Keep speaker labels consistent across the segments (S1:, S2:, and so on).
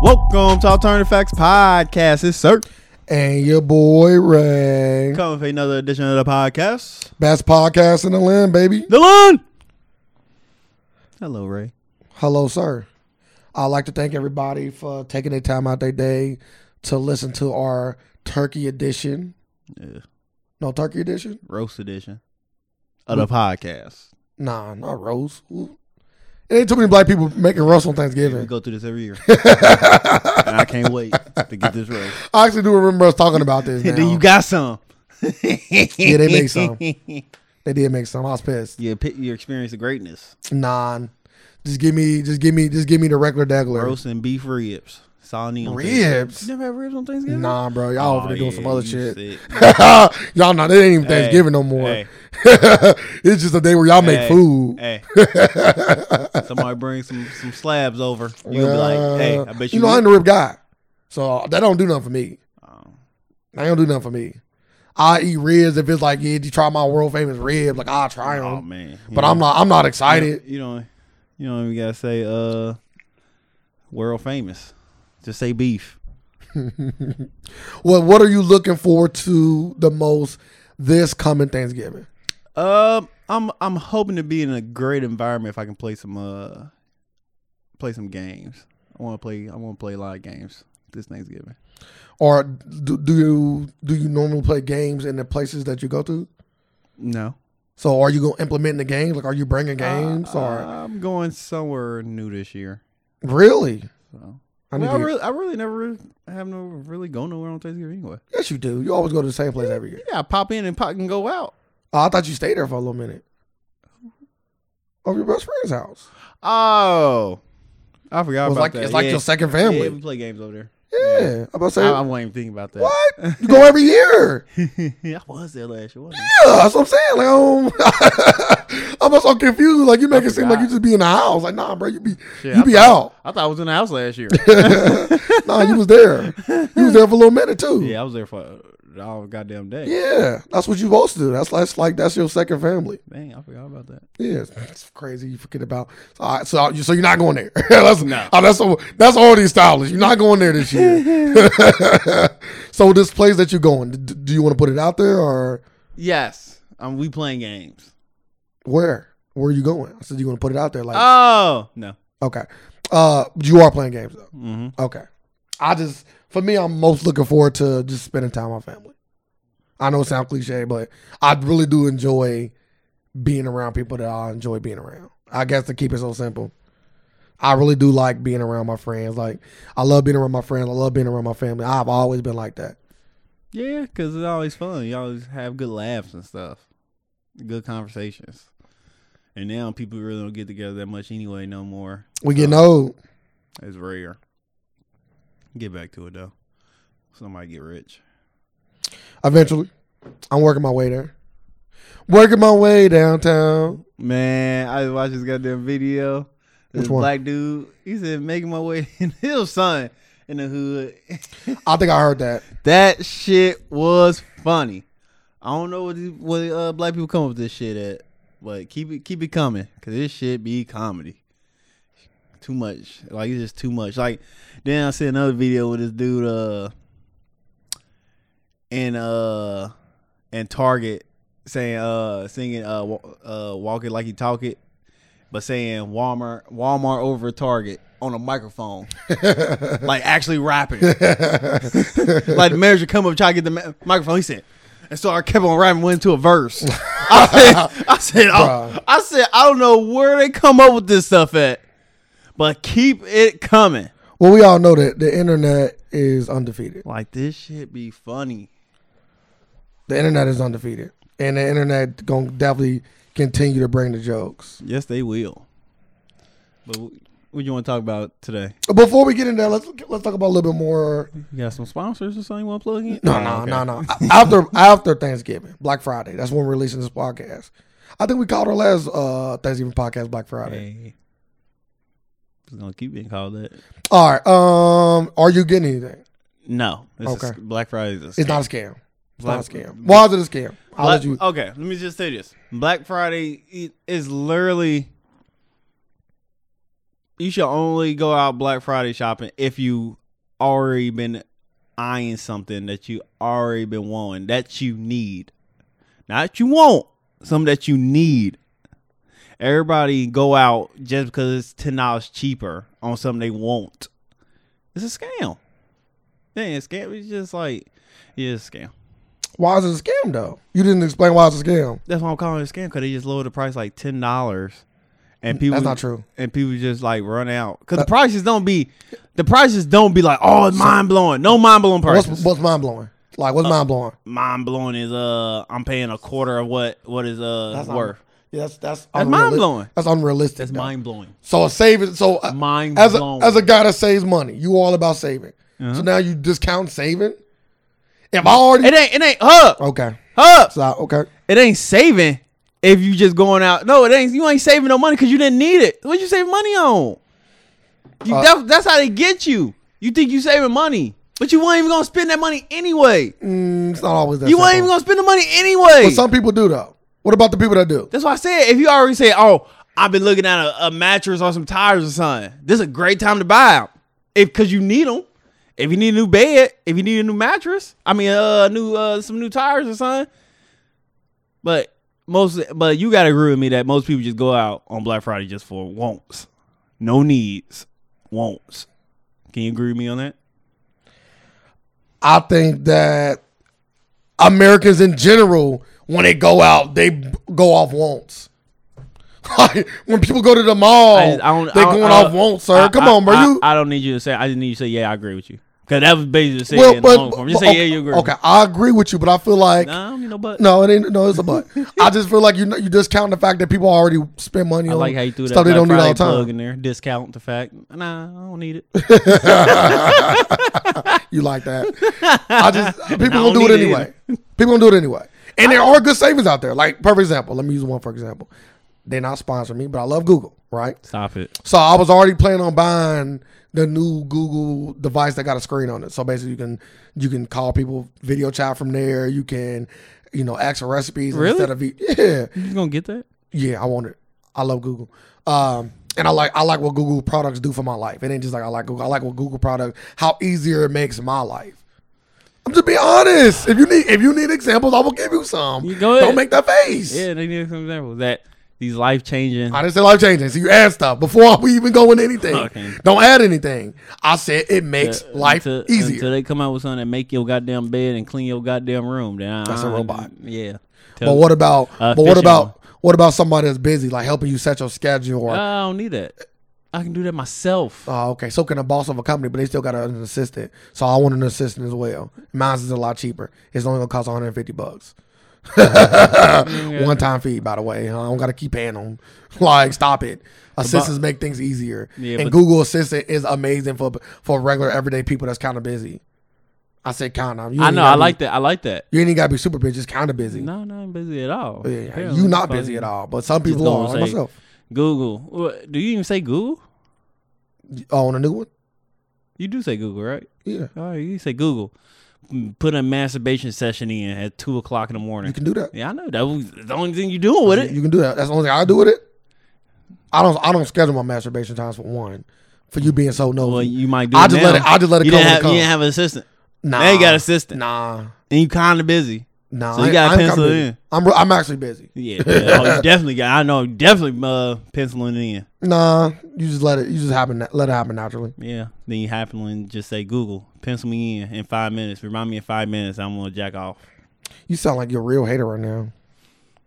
S1: Welcome to Alternative Facts Podcast. It's Sir
S2: and your boy Ray.
S1: coming for another edition of the podcast.
S2: Best podcast in the land, baby.
S1: Dylan. Hello, Ray.
S2: Hello, sir. I'd like to thank everybody for taking their time out their day to listen to our turkey edition.
S1: Yeah.
S2: No turkey edition?
S1: Roast edition of the podcast.
S2: Nah, not roast. Ooh. It ain't too many black people making roast on
S1: We
S2: Thanksgiving.
S1: go through this every year, and I can't wait to get this roast.
S2: I actually do remember us talking about this.
S1: then
S2: now.
S1: you got some.
S2: yeah, they make some. They did make some. I was pissed.
S1: Yeah, pick your experience of greatness.
S2: Nah. Just give me, just give me, just give me the regular degler.
S1: Roast and beef ribs. That's all I need on Thanksgiving.
S2: Ribs.
S1: You never had ribs on Thanksgiving?
S2: Nah, bro.
S1: Oh,
S2: Y'all over there doing
S1: yeah,
S2: some other
S1: you
S2: shit.
S1: sick.
S2: y'all not. It ain't even Thanksgiving no more.
S1: Hey,
S2: it's just a day where y'all
S1: hey,
S2: make food.
S1: Hey. Somebody bring some, some slabs over. You'll be like, hey, I bet you.
S2: you know
S1: would.
S2: I'm the rib guy, so that don't do nothing for me.
S1: Oh.
S2: That don't do nothing for me. I eat ribs if it's like yeah, you try my world famous ribs, like I'll try them.
S1: Oh, man. You
S2: but
S1: know,
S2: I'm not. I'm not excited.
S1: You know, you don't even got to say uh, world famous. Just say beef.
S2: Well, what are you looking forward to the most this coming Thanksgiving?
S1: Um, I'm I'm hoping to be in a great environment if I can play some uh play some games. I want to play I want to play a lot of games this Thanksgiving.
S2: Or do, do you do you normally play games in the places that you go to?
S1: No
S2: So are you gonna implement the games? Like, are you bringing
S1: Uh,
S2: games or
S1: I'm going somewhere new this year.
S2: really?
S1: So
S2: I
S1: I,
S2: need
S1: mean, I
S2: to get-
S1: really I really never really- I have no really go nowhere on Thanksgiving anyway.
S2: yes, you do. You always go to the same place every year.
S1: Yeah, I pop in and pop and go out.
S2: Oh, I thought you stayed there for a little minute. Over your best friend's house.
S1: Oh, I forgot
S2: It was
S1: about
S2: like
S1: that.
S2: it's like
S1: yeah.
S2: your second
S1: Yeah, we
S2: family.
S1: play games over there.
S2: Yeah, I'm about to say
S1: I, I wasn't even thinking about that.
S2: what you go every year.
S1: I was there last year. Wasn't I?
S2: Yeah, that's what I'm saying. Like I'm, I'm so confused. Like you make it seem like
S1: forgot.
S2: you just be in the house. Like nah, bro, you be
S1: Shit,
S2: you
S1: I
S2: be
S1: I thought I was in the house last year.
S2: out. Nah, you was there. You was there for a little minute too.
S1: Yeah, I was there for uh, all goddamn day.
S2: Yeah, that's what you supposed to do. That's that's like that's your second family.
S1: Dang, I forgot about that.
S2: Yeah, it's crazy. You forget about so I, so you so you're not going there. that's
S1: No.
S2: oh, that's al- that's already established. You're not going there this year. so this place that you're going, d- do you want to put it out there or
S1: Yes, um, we playing games.
S2: where? Where are you going? I said you want to put it out there. Like
S1: Oh no.
S2: okay, uh, you are playing games though.
S1: hmm
S2: Okay, I just for me, I'm most looking forward to just spending time with my family. I know it sounds cliche, but I really do enjoy being around people that I enjoy being around. I guess to keep it so simple, I really do like being around my friends. Like I love being around my friends. I love being around my family. I've always been like that.
S1: Yeah, because it's always fun. You always have good laughs and stuff, good conversations. And now people really don't get together that much anyway. No more.
S2: We getting old.
S1: It's rare. Get back to it though. Somebody get rich.
S2: Eventually, I'm working my way there. Working my way downtown.
S1: Man, I watched this goddamn video. This
S2: Which one?
S1: black dude, he said, making my way in his son in the hood.
S2: I think I heard that.
S1: That shit was funny. I don't know what these, what uh, black people come up with this shit at, but keep it keep it coming because this shit be comedy. Too much, like it's just too much. Like then I see another video with this dude uh in uh in Target saying uh singing uh wa- uh walk it like you talk it, but saying Walmart Walmart over Target on a microphone, like actually rapping like the manager come up try to get the ma- microphone. He said, and so I kept on rapping, went into a verse. I said, I said, I,
S2: Bruh.
S1: I said, I don't know where they come up with this stuff at, but keep it coming.
S2: Well, we all know that the internet is undefeated.
S1: Like this shit be funny.
S2: The internet is undefeated, and the internet gonna definitely continue to bring the jokes.
S1: Yes, they will. But wh- what you want to talk about today?
S2: Before we get in there, let's let's talk about a little bit more.
S1: You got some sponsors or something you want to plug in?
S2: No, no, no, no. After after Thanksgiving, Black Friday. That's when we're releasing this podcast. I think we called our last uh, Thanksgiving podcast Black Friday.
S1: Hey. Just gonna keep being called that.
S2: All right. Um, are you getting anything?
S1: No, this is-
S2: Okay.
S1: Black Friday is a
S2: It's not a scam. It's not a
S1: Black-
S2: scam. Why is it a scam? I'll
S1: Black-
S2: let you.
S1: Okay, let me just say this: Black Friday i- is literally you should only go out Black Friday shopping if you already been eyeing something that you already been wanting that you need, not that you want, something that you need. Everybody go out just because it's ten dollars cheaper on something they want. It's a scam. Yeah, it's scam. It's just like yeah, it's a scam.
S2: Why is it a scam though? You didn't explain why it's a scam.
S1: That's why I'm calling it a scam because they just lowered the price like ten dollars, and people
S2: That's not true.
S1: and people just like run out because the prices don't be the prices don't be like oh it's mind blowing no mind blowing
S2: What's
S1: prices
S2: what's mind blowing? Like what's mind blowing?
S1: mind blowing is uh I'm paying a quarter of what what is uh
S2: un-
S1: worth
S2: Yeah, that's that's,
S1: That's
S2: unreali-
S1: mind-blowing.
S2: That's unrealistic.
S1: that's
S2: though.
S1: mind blowing
S2: So a saving. So uh,
S1: mind
S2: as a,
S1: blowing
S2: as a guy that saves money, you all about saving. So now you discount saving. If I already
S1: Uh-huh. it ain't it ain't up
S2: okay,
S1: up
S2: so I- okay,
S1: it ain't saving if you just going out no it ain't you ain't saving no money because you didn't need it what you save money on you
S2: Uh,
S1: that, that's how they get you you think you saving money but you weren't even gonna spend that money anyway
S2: Mm, it's not always that.
S1: you weren't
S2: simple.
S1: even gonna spend the money anyway
S2: But some people do though. What about the people that do?
S1: That's why I said if you already say, "Oh, I've been looking at a, a mattress or some tires or something," this is a great time to buy them if because you need them. If you need a new bed, if you need a new mattress, I mean, uh, new uh, some new tires or something. But most, but you gotta agree with me that most people just go out on Black Friday just for wants, no needs, wants. Can you agree with me on that?
S2: I think that Americans in general, when they go out, they b- go off wants. Like, when people go to the mall,
S1: I just- I don't-
S2: Oh, they
S1: I don't-
S2: going
S1: I
S2: off
S1: don't-
S2: wants, sir.
S1: I-
S2: Come
S1: I-
S2: on, bro.
S1: I,
S2: you
S1: I, don't need you to say. I just need you to say, "Yeah, I agree with you," because that was basically saying
S2: well,
S1: in
S2: but-
S1: the long form. Just
S2: but-
S1: say, "Yeah, you agree."
S2: Okay, I agree with you, but I feel like
S1: Nah, I don't need no but.
S2: No, it ain't. No, it's a butt. I just feel like you you discount the fact that people already spend money
S1: I
S2: on
S1: like how you threw that
S2: stuff they
S1: Black
S2: don't need
S1: Friday
S2: all the
S1: plug
S2: time.
S1: in there. Discount the fact. Nah, I don't need it.
S2: You like that? I just people
S1: don't
S2: gonna do it
S1: need it
S2: anyway. People gonna do it anyway. And there are good savings out there. Like perfect example. Let me use one for example. They're not sponsoring me, but I love Google. Right.
S1: Stop it.
S2: So I was already planning on buying the new Google device that got a screen on it. So basically, you can you can call people video chat from there. You can you know ask for recipes
S1: Really?
S2: instead of e-, yeah.
S1: You gonna get that?
S2: Yeah, I want it. I love Google. Um, and I like I like what Google products do for my life. It ain't just like I like Google. I like what Google product how easier it makes my life. I'm just being honest. If you need if you need examples, I will give you some.
S1: You go
S2: Don't
S1: ahead.
S2: make that face.
S1: Yeah, they need some examples that these life changing.
S2: I didn't say life changing. So you add stuff before we even go into anything.
S1: Okay.
S2: Don't add anything. I said it makes life
S1: uh, until,
S2: easier.
S1: until they come out with something that make your goddamn bed and clean your goddamn room. Then I,
S2: That's a robot.
S1: Yeah.
S2: but what about
S1: Uh,
S2: but what
S1: fishing
S2: about what about somebody that's busy like helping you set your schedule or
S1: I don't need that. I can do that myself.
S2: Oh, okay. So can a boss of a company, but they still got an assistant. So I want an assistant as well. Mine's is a lot cheaper. It's only gonna cost 150 bucks. One time fee, by the way. I don't gotta keep paying them. Like, stop it. Assistants make things easier.
S1: Yeah,
S2: and
S1: but-
S2: Google Assistant is amazing for for regular everyday people that's kind of busy. I said kind of. You
S1: I
S2: ain't
S1: know.
S2: gotta
S1: I
S2: be-
S1: like that. I like that.
S2: You ain't even gotta be super busy. Just kind of busy.
S1: No, no, I'm busy at all.
S2: Yeah,
S1: Apparently,
S2: you not
S1: fucking
S2: busy at all, but some
S1: just
S2: people
S1: gonna
S2: are. Like
S1: say,
S2: myself.
S1: Google. What, do you even say Google?
S2: Oh, on a new one.
S1: You do say Google, right?
S2: Yeah,
S1: All right, Oh, you say Google. Mm, Put a masturbation session in at two o'clock in the morning.
S2: you can do that.
S1: yeah, I know. That was the only thing you doing with it.
S2: You can do that. That's the only thing I do with it. I don't. I don't schedule my masturbation times for one. For you being so nosy,
S1: Well, you might do.
S2: I just
S1: now.
S2: let it. I just let it
S1: you
S2: come.
S1: Didn't
S2: when it
S1: have,
S2: come.
S1: You didn't have an assistant.
S2: nah,
S1: Now you got an assistant,
S2: Nah,
S1: and you kind of busy.
S2: nah.
S1: So you
S2: I-
S1: gotta
S2: I ain't kinda
S1: pencil it
S2: busy.
S1: in.
S2: I'm. re- I'm actually busy.
S1: Yeah, yeah. oh, you definitely got. I know, definitely uh, penciling in.
S2: Nah, you just let it. You just happen. na- Let it happen naturally.
S1: Yeah, then you happen to just say Google, pencil me in in five minutes. Remind me in five minutes. I'm gonna jack off.
S2: You sound like you're a real hater right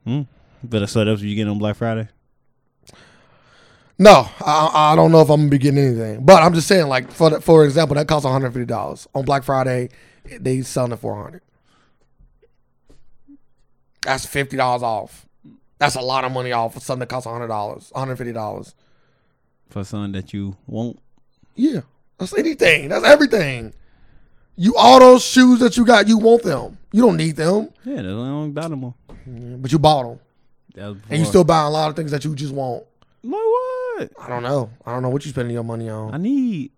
S2: now.
S1: But uh, so that's what you get on Black Friday.
S2: No, I, I don't know if I'm gonna be getting anything, but I'm just saying, like for the, for example, that costs 150 dollars on Black Friday. They selling it for 100. That's 50 dollars off. That's a lot of money off for something that costs 100 dollars, 150 dollars.
S1: for something that you won't.
S2: Yeah, that's anything. That's everything. You all those shoes that you got, you want them. You don't need them,
S1: Yeah, that's the only bottom
S2: but you bought them,
S1: one.
S2: and you still buying a lot of things that you just want.
S1: like what?
S2: I don't know. I don't know what you spending your money on.
S1: I need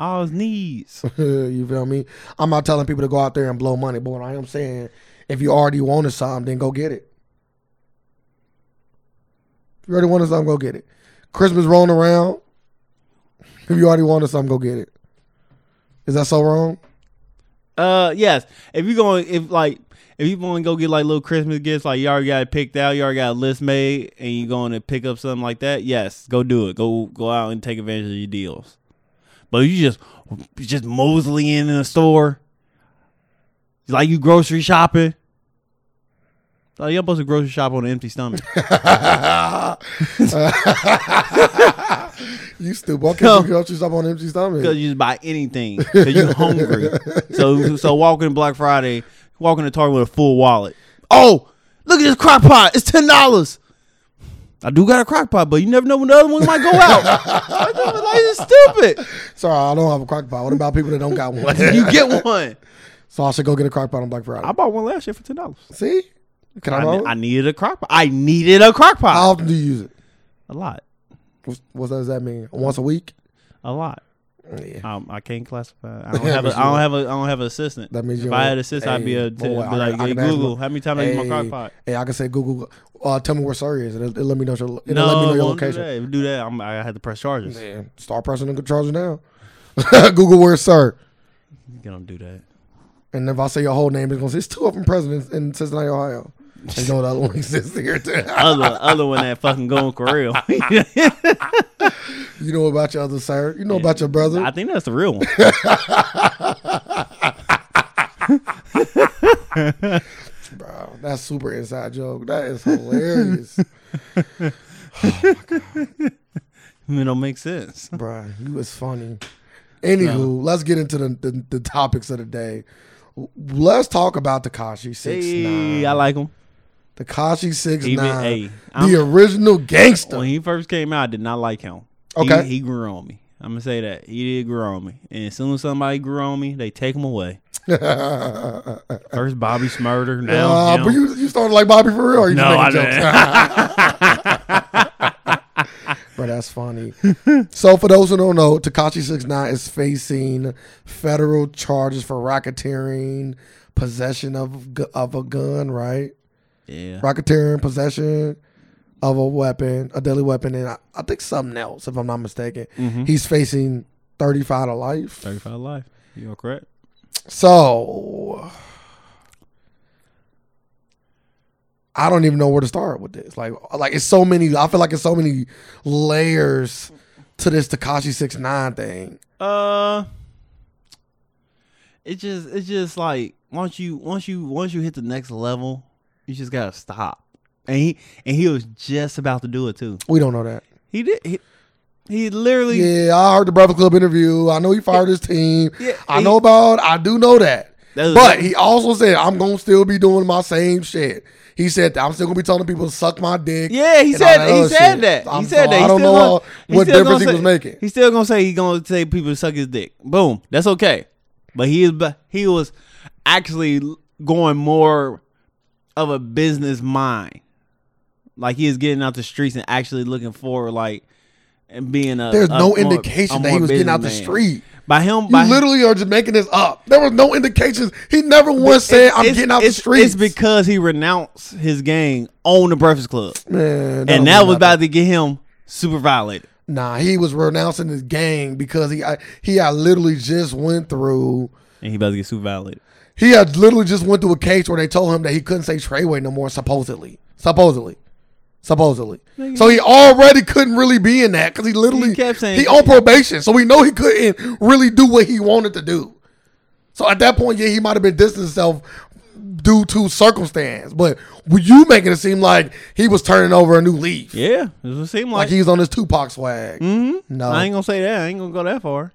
S1: all his needs.
S2: you feel me? I'm not telling people to go out there and blow money, but what I am saying, if you already wanted something, then go get it. If you already wanted something, go get it. Christmas rolling around. If you already wanted something, go get it. Is that so wrong?
S1: Uh, yes. If you going, if like, if you want to go get like little Christmas gifts, like you already got it picked out, you already got a list made, and you going to pick up something like that, yes, go do it. Go go out and take advantage of your deals. But if you just you just mosey in in a store, like you grocery shopping. Like you're supposed to grocery shop on an empty stomach.
S2: you stupid. Why can't you grocery shop on an empty
S1: because
S2: stomach?
S1: you just buy anything because you're hungry. so so walking to Black Friday, walking to Target with a full wallet. Oh, look at this crock pot. It's ten dollars. I do got a crock pot, but you never know when the other one might go out. I thought, like, it's
S2: Sorry, I don't have a crock pot. What about people that don't got one?
S1: stupid. You get one.
S2: so I should go get a crock pot on Black Friday.
S1: I bought one last year for ten dollars.
S2: See? Can I,
S1: I,
S2: borrow
S1: ne-
S2: it?
S1: I needed a crock pot. I needed a crock
S2: How
S1: pot.
S2: often do you use it?
S1: A lot.
S2: What's, what does that mean? Once a week?
S1: A lot.
S2: Yeah.
S1: Um, I can't classify. I don't
S2: Yeah,
S1: have. A,
S2: but you
S1: I don't have a. I don't have an assistant.
S2: That means you
S1: if I
S2: don't-
S1: had an assistant, I'd be
S2: Hey,
S1: a.
S2: boy,
S1: be
S2: I-
S1: like,
S2: I
S1: hey,
S2: can ask
S1: Google,
S2: my-
S1: how many times I use my crock pot?
S2: Hey, I can say Google. Uh, tell me where Surrey is. It'll, it'll let me know your. It'll
S1: No,
S2: let me know your
S1: won't
S2: location.
S1: Do that. If do that, I'm, I had to press charges.
S2: Man, start pressing the charger now. Google where's Sir.
S1: You don't do that.
S2: And if I say your whole name, it's gonna say it's two of them presidents in Cincinnati, Ohio. And no, the other one exists here too.
S1: Other, other one that fucking going for real. I
S2: You know about your other sir. You know about your brother.
S1: think that's the real one.
S2: Bro, that's super inside joke. That is hilarious.
S1: It don't make sense.
S2: Bro, you was funny. Anywho, let's get into the, the, the topics of the day. Let's talk about Takashi Six
S1: Hey, I
S2: Nine.
S1: like him.
S2: Takashi Six
S1: Even
S2: Nine,
S1: hey,
S2: the
S1: I'm-
S2: original gangster.
S1: when he first came out, I did not like him.
S2: Okay.
S1: he, he grew on me. I'm gonna say that he did grow on me. And as soon as somebody grew on me, they take him away. First Bobby Smurder, now
S2: Uh,
S1: him.
S2: but you, you started like Bobby for real. Or you
S1: No,
S2: just making jokes? but that's funny. so for those who don't know, Takashi Six Nine is facing federal charges for racketeering, possession of gu- of a gun, right?
S1: yeah,
S2: Racketeering, possession of a weapon, a deadly weapon, and I, I think something else, if I'm not mistaken.
S1: Mm-hmm.
S2: He's facing 35 to life.
S1: thirty-five life. You are correct.
S2: So I don't even know where to start with this. Like like it's so many I feel like it's so many layers to this Takashi six nine thing.
S1: Uh, it just it's just like once you once you once you hit the next level, you just gotta stop. And he and he was just about to do it too.
S2: We don't know that.
S1: He did. He, he literally.
S2: Yeah, I heard the Brother Club interview. I know he fired his team.
S1: Yeah,
S2: I
S1: he-
S2: know about I do know that.
S1: That was-
S2: But he also said I'm gonna still be doing my same shit. He said I'm still gonna be telling people to suck my dick.
S1: Yeah, he
S2: and all
S1: said
S2: other
S1: he said
S2: shit.
S1: that.
S2: I'm
S1: he said
S2: so-
S1: that. He
S2: I don't
S1: still
S2: know
S1: gonna-
S2: how-
S1: still
S2: what difference
S1: gonna
S2: he was
S1: say-
S2: making.
S1: He's still gonna say he gonna say people to suck his dick. Boom. That's okay. But he is. but He was actually going more of a business mind. Like he is getting out the streets and actually looking forward, like and being a.
S2: There's
S1: a
S2: no
S1: more-
S2: indication
S1: a
S2: that he
S1: more
S2: was getting out the
S1: businessman.
S2: street.
S1: By him,
S2: You
S1: by him-
S2: literally are just making this up. There was no indications. He never once said, "I'm
S1: it's-
S2: getting out the
S1: it's-
S2: streets."
S1: It's because he renounced his gang on the Breakfast Club,
S2: Man,
S1: and
S2: don't
S1: that
S2: mean
S1: was
S2: nothing.
S1: about to get him super violated.
S2: Nah, he was renouncing his gang because he I, he I literally just went through.
S1: and he about to get super violated.
S2: He had literally just went through a case where they told him that he couldn't say Treyway no more. Supposedly, supposedly, supposedly. So he already couldn't really be in that because he literally
S1: He kept saying-
S2: he on probation. So we know he couldn't really do what he wanted to do. So at that point, yeah, he might have been distancing himself due to circumstance. But were you making it seem like he was turning over a new leaf?
S1: Yeah, that's what it seemed
S2: Like
S1: like.
S2: he was on his Tupac swag.
S1: mm-hmm.
S2: No.
S1: I ain't gonna say that. I ain't gonna go that far.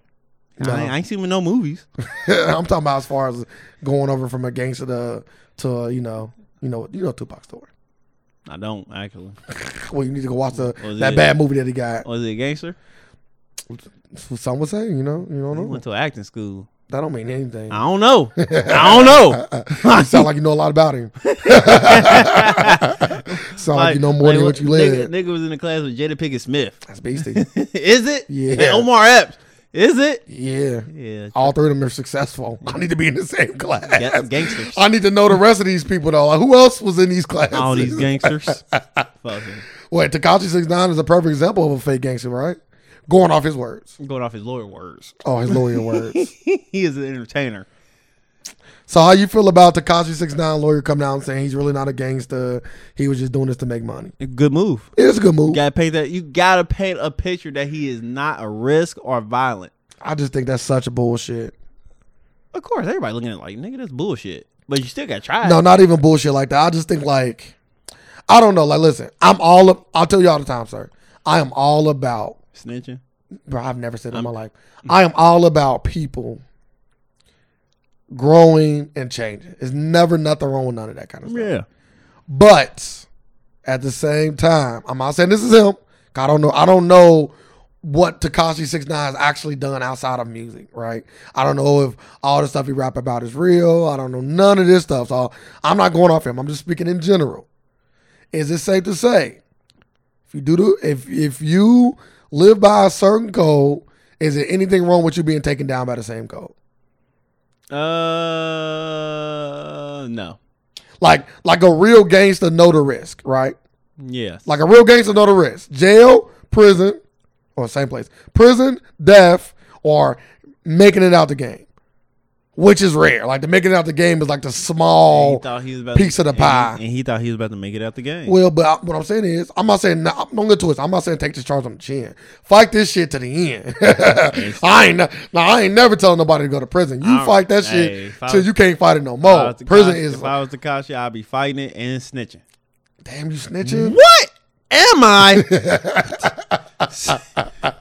S2: No.
S1: I, ain't, I ain't seen him in no movies.
S2: I'm talking about as far as going over from a gangster to, to uh, you know, you know, you know, Tupac's story.
S1: I don't actually.
S2: Well, you need to go watch the
S1: Was
S2: that
S1: it-
S2: bad movie that he got.
S1: Was he a gangster?
S2: Some would say, you know, you don't
S1: He
S2: know.
S1: went to acting school.
S2: That don't mean anything.
S1: I don't know. I don't know.
S2: Sound like you know a lot about him. Sound like, you know more than what you
S1: nigga,
S2: live.
S1: nigga was in the class with Jada Pickett Smith.
S2: That's beastie.
S1: Is it?
S2: Yeah.
S1: And Omar Epps. Is it?
S2: Yeah.
S1: Yeah.
S2: All three of them are successful. I need to be in the same class.
S1: Ga- gangsters.
S2: I need to know the rest of these people though. Like, who else was in these classes?
S1: All these gangsters. Fuck him.
S2: Wait, Takashi Six Nine is a perfect example of a fake gangster, right? Going off his words.
S1: I'm going off his lawyer words.
S2: Oh, his lawyer words.
S1: he is an entertainer.
S2: So how you feel about Takashi Six Nine lawyer coming out and saying he's really not a gangster? He was just doing this to make money.
S1: Good move.
S2: It's a good move.
S1: You gotta paint that. You gotta paint a picture that he is not a risk or violent.
S2: I just think that's such a bullshit.
S1: Of course, everybody looking at it like nigga, that's bullshit. But you still gotta try. it.
S2: No, not even bullshit like that. I just think like I don't know. Like, listen, I'm all. Up, I'll tell you all the time, sir. I am all about.
S1: snitching.
S2: Bro, I've never said it in my life. I am all about people growing and changing. There's never nothing wrong with none of that kind of stuff.
S1: Yeah,
S2: But at the same time, I'm not saying this is him. 'cause I don't know. I don't know what Takashi Six Nine has actually done outside of music, right? I don't know if all the stuff he rap about is real. I don't know none of this stuff. So I'm not going off him. I'm just speaking in general. Is it safe to say if you do the, if if you live by a certain code, is there anything wrong with you being taken down by the same code?
S1: Uh, no.
S2: Like like a real gangster know the risk, right?
S1: Yes.
S2: Like a real gangster know the risk. Jail, prison, or same place. Prison, death, or making it out the game. Which is rare. Like the making it out the game is like the small
S1: he thought he was about
S2: oh, piece of the
S1: and he-
S2: pie.
S1: and he thought he was about to make it out the game.
S2: well, but I, what I'm saying is, I'm not saying nah, don't get twisted. I'm not saying take this charge on the chin. Fight this shit to the end. I ain't now. I ain't never telling nobody to go to prison. You
S1: I-
S2: fight that
S1: hey,
S2: shit
S1: if I
S2: till
S1: was-
S2: you can't fight it no
S1: If I
S2: more.
S1: was Tekashi-
S2: Prison is
S1: If I was Takashi, I'd be fighting it and snitching.
S2: damn. You snitching?
S1: What am I?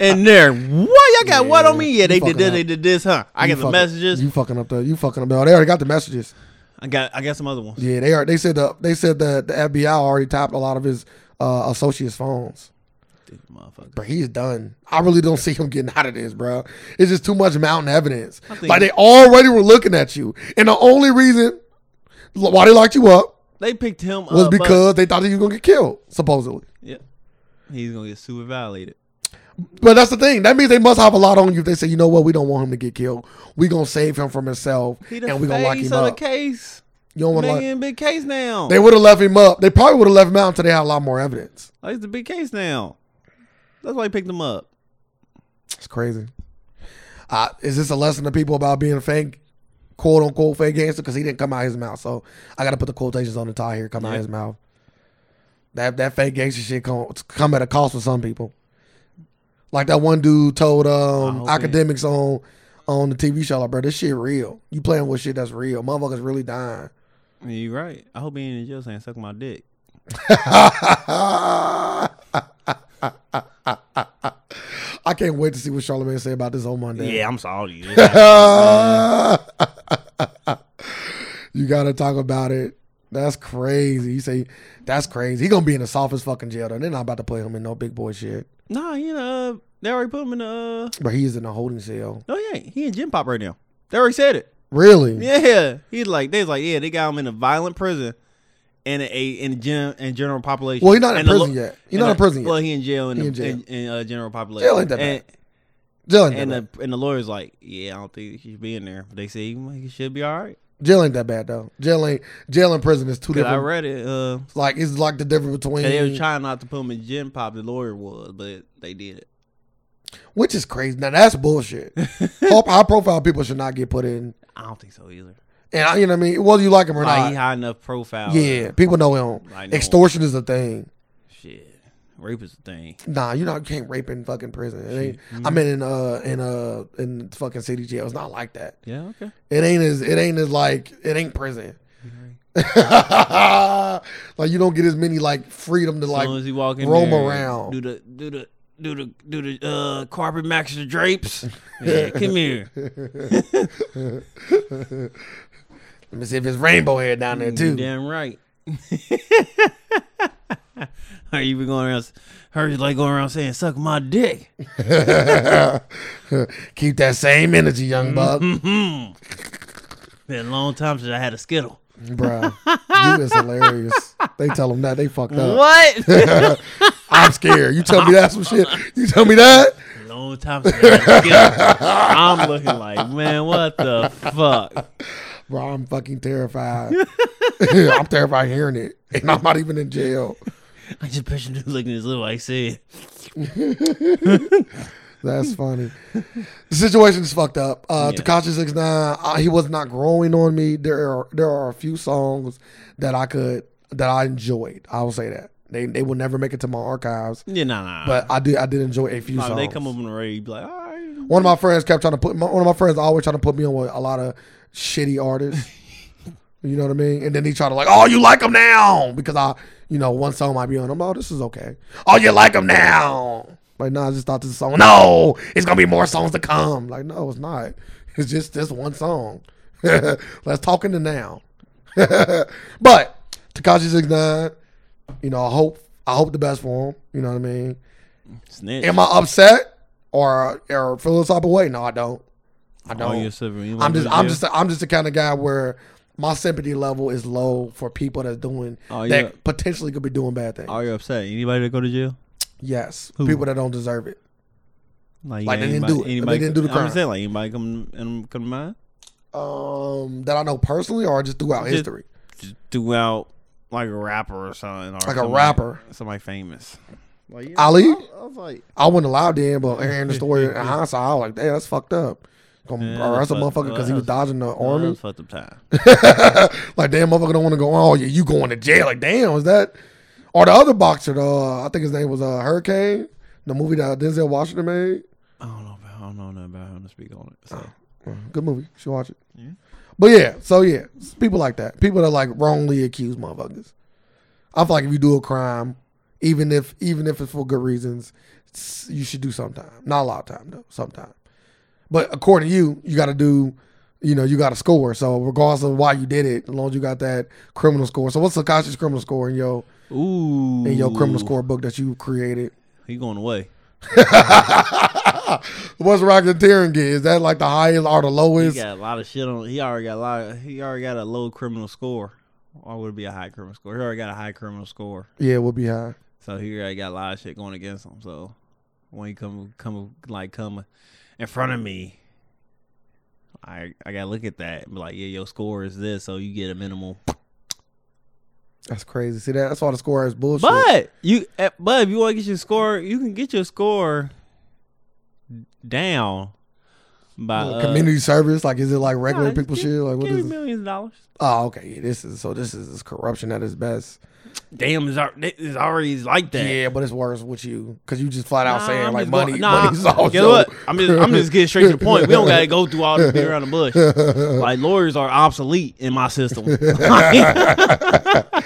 S1: and there, what y'all got? what on me? Yeah, they did
S2: you fucking
S1: this. They did this, huh? I
S2: You
S1: got the
S2: fucking-
S1: messages.
S2: You fucking up the. You fucking up. No, they already got the messages.
S1: I got. I got some other ones.
S2: Yeah, they are. They said the they said that the FBI already tapped a lot of his uh, associates' phones.
S1: This motherfucker.
S2: But he's done. I really don't see him getting out of this, bro. It's just too much mountain evidence.
S1: think-
S2: Like they already were looking at you, and the only reason why they locked you up
S1: They picked him
S2: was
S1: up Uh, but-
S2: because they thought that you were gonna get killed, supposedly.
S1: yeah, he's gonna get super violated.
S2: But that's the thing. That means they must have a lot on you. If they say, you know what, we don't want him to get killed. We gonna save him from himself,
S1: He the
S2: and we gonna lock
S1: face
S2: him
S1: of the
S2: up.
S1: case.
S2: You don't want to.
S1: Making
S2: lock
S1: a big case now.
S2: They would have left him up. They probably would have left him out until they had a lot more evidence.
S1: Like it's a Oh, big case now. That's why he picked him up.
S2: It's crazy. Uh, is this a lesson to people about being fake, quote unquote fake gangster? Because he didn't come out his mouth, so I got to put the quotations on the tie here. Come out
S1: Yeah.
S2: his mouth. That that fake gangster shit come, come at a cost for some people. Like that one dude told
S1: I
S2: um,
S1: hope
S2: academics on on the TV show, like, bro, this shit real. You playing with shit that's real. Motherfuckers really dying.
S1: You right. I hope he ain't in jail saying suck my dick.
S2: I can't wait to see what Charlamagne say about this on Monday.
S1: I'm sorry.
S2: you gotta talk about it. That's crazy. You say that's crazy. He gonna be in the softest fucking jail. though. They're not about to put him in no big boy shit.
S1: nah, you know they already put him in the. Uh,
S2: But he is in a holding cell.
S1: no, he ain't. He in gym pop right now. They already said it.
S2: Really?
S1: Yeah, he's like they was like yeah they got him in a violent prison, and a in gen in general population.
S2: Well, he's not in
S1: And the
S2: prison
S1: lo-
S2: yet. He's
S1: and
S2: not
S1: the-
S2: in prison yet.
S1: Well, he in jail in
S2: He
S1: the,
S2: in jail.
S1: in, in, uh, general population.
S2: Jail ain't that
S1: and,
S2: Jail ain't that
S1: and
S2: bad.
S1: the and the lawyer's like yeah I don't think he should be in there. But they say he, he should be all right.
S2: Jail ain't that bad though. Jail ain't jail and prison is two
S1: 'Cause I
S2: different. Mm.
S1: read it. Uh,
S2: Like it's like the difference between
S1: And they were trying not to put him in gym pop. The lawyer was, but they did it.
S2: which is crazy. Now that's bullshit. High high profile people should not get put in.
S1: I don't think so either.
S2: And I, you know what I mean. Whether you like him or
S1: Like he
S2: not,
S1: high enough profile.
S2: yeah, people know him.
S1: I know.
S2: Extortion is a thing.
S1: Shit, rape is the thing.
S2: Nah, you know you can't rape in fucking prison. It ain't, I mean, in uh, in uh, in fucking city jail, it's not like that.
S1: Yeah. Okay.
S2: It ain't as it ain't as like it ain't prison. like you don't get as many like freedom to
S1: As
S2: like.
S1: long as he walk in
S2: roam
S1: there,
S2: around.
S1: Do the do the. Do the do the uh carpet match the drapes? Yeah, come here.
S2: Let me see if it's rainbow hair down there
S1: You
S2: too.
S1: damn right. Are you been going around? Heard you like going around saying "suck my dick."
S2: Keep that same energy, young buck,
S1: Mm-hmm. Been a long time since I had a skittle.
S2: Bruh, You is hilarious. They tell them that they fucked up.
S1: What?
S2: I'm scared. You tell me that some shit. You tell me that.
S1: long time since I had a skittle. I'm looking like, man, what the fuck?
S2: Bro, I'm fucking terrified. I'm terrified hearing it. And I'm not even in jail.
S1: I just pictured him looking at his little I said,
S2: That's funny. The situation is fucked up. Uh,
S1: Yeah.
S2: Takashi Six Nine, uh, he was not growing on me. There are there are a few songs that I could that I enjoyed. I will say that they they will never make it to my archives,
S1: Yeah, nah, nah.
S2: but I did I did enjoy a few
S1: Nah,
S2: songs.
S1: they come up on the radio, you be like, all right.
S2: One of my friends kept trying to put my, one of my friends always trying to put me on with a lot of shitty artists. you know what I mean? And then he tried to like, oh, you like them now because I, you know, one song might be on. I'm like, oh, this is okay. Oh, you like them now? Like, no, I just thought this song. No, it's gonna be more songs to come. Like, no, it's not. It's just this one song. Let's talk into now. but Takashi Six Nine, you know, I hope I hope the best for him. You know what I mean?
S1: Snitch.
S2: Am I upset or or feel this type of way? No, I don't. I
S1: All
S2: don't.
S1: your silver. You
S2: I'm
S1: wanna
S2: just
S1: go to
S2: I'm
S1: jail?
S2: just I'm just the kind of guy where my sympathy level is low for people that's doing
S1: Oh,
S2: that
S1: yeah.
S2: potentially could be doing bad things.
S1: Are you upset? Anybody that go to jail?
S2: yes,
S1: Who?
S2: people that don't deserve it. Like, they didn't do it. They didn't do the
S1: I'm
S2: crime.
S1: just saying, like anybody come and come to mind
S2: Um, that I know personally or just throughout
S1: Just-
S2: history,
S1: just do out like a rapper or something, or
S2: like a
S1: somebody-
S2: rapper.
S1: somebody famous. Like, yeah,
S2: Ali?
S1: I, I was like,
S2: I wouldn't allow then, but hearing the story in hindsight, I was like, damn, that's fucked up. Gonna
S1: Yeah,
S2: arrest a
S1: that's fucked
S2: motherfucker because he
S1: up.
S2: was dodging the
S1: oh, that
S2: army.
S1: was fucked up time.
S2: like damn motherfucker don't want to go on. Oh yeah, you going to jail? Like damn, is that? Or the other boxer, the, uh, I think his name was uh, Hurricane, the movie that Denzel Washington made.
S1: I don't know. About, I don't know nothing about him to speak on it. So
S2: Mm-hmm. Good movie, you should watch it.
S1: Yeah.
S2: But yeah, so yeah, it's people like that, people that like wrongly accuse motherfuckers. I feel like if you do a crime, even if even if it's for good reasons, s- you should do sometime. Not a lot of time though, sometime. But according to you, you got to do, you know, you got to score. So regardless of why you did it, as long as you got that criminal score. So what's Sakashi's criminal score in your
S1: ooh,
S2: in your criminal score book that you created?
S1: he going away.
S2: What's Rocket Tyrion get? Is that like the highest or the
S1: He
S2: lowest?
S1: got a lot of shit on. He already got a lot. Of, he already got a low criminal score. Or would it be a high criminal score? He already got a high criminal score,
S2: Yeah, it would be high.
S1: so he already got a lot of shit going against him. So when he come come like come in front of me, I I gotta look at that and be like, yeah, your score is this, so you get a minimal.
S2: That's crazy. See that? That's all the score is bullshit.
S1: But you, eh, but if you want to get your score, you can get your score down by
S2: Well,
S1: uh,
S2: community service, like, is it like regular
S1: nah,
S2: people
S1: just
S2: shit? Like, what
S1: give me
S2: is? It?
S1: millions of dollars.
S2: Oh, okay. Yeah, this is so. This is this corruption at its best.
S1: Damn, is is already like that.
S2: Yeah, but it's worse with you because you just flat out
S1: Nah,
S2: saying
S1: I'm
S2: like
S1: just going-
S2: money.
S1: nah,
S2: money's all
S1: guess
S2: show.
S1: what? I'm just I'm just getting straight to the point. We don't gotta go through all this beat around the bush. Like lawyers are obsolete in my system. like,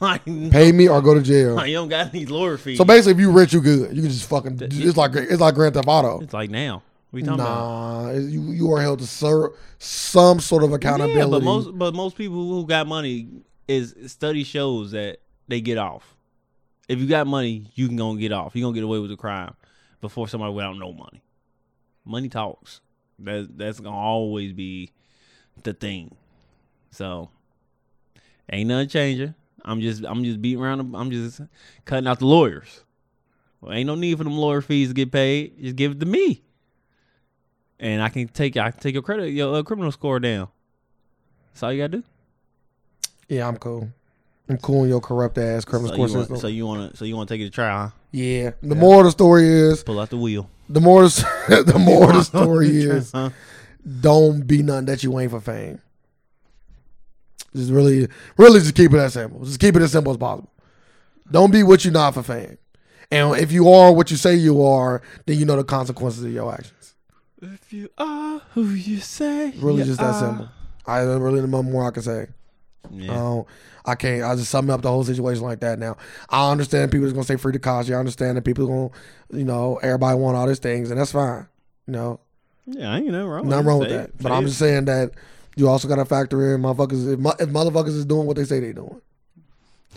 S1: like,
S2: Pay me or go to jail.
S1: you don't got any lawyer fees.
S2: So basically, if you rich, you good. You can just fucking. It's like it's like Grand Theft Auto.
S1: it's like now. We talking about
S2: Nah, it- you you are held to ser- some sort of accountability.
S1: Yeah, but most but most people who got money is study shows that they get off. If you got money, you can gonna get off. You are gonna get away with a crime before somebody without no money. Money talks. That that's gonna always be the thing. So ain't nothing changing. I'm just I'm just beating around. The, I'm just cutting out the lawyers. Well, ain't no need for them lawyer fees to get paid. Just give it to me, and I can take I can take your credit your uh, criminal score down. That's all you gotta do.
S2: yeah, I'm cool. I'm cool in your corrupt ass criminal
S1: so,
S2: score
S1: you
S2: system.
S1: want, so you want to so you want to take it to trial? Huh?
S2: yeah. The more moral of the story is
S1: Pull out the wheel.
S2: the more the, the more the story is.
S1: Huh?
S2: don't be nothing that you ain't for fame. Just really, really just keep it that simple. Just keep it as simple as possible. Don't be what you're not for fame. And if you are what you say you are, then you know the consequences of your actions.
S1: If you are who you say,
S2: Really,
S1: you
S2: just that
S1: are.
S2: simple. I there's really no more I can say.
S1: Yeah.
S2: Um, I can't. I just summing up the whole situation like that. Now, I understand people is gonna say free to Kashi. I understand that people gonna, you know, everybody want all these things, and that's fine. You know,
S1: yeah, I ain't nothing wrong. with
S2: Nothing wrong
S1: it.
S2: with
S1: Say
S2: that.
S1: it.
S2: But
S1: Say
S2: I'm
S1: it.
S2: just saying that you also got to factor in motherfuckers. If, mo- if motherfuckers is doing what they say they doing,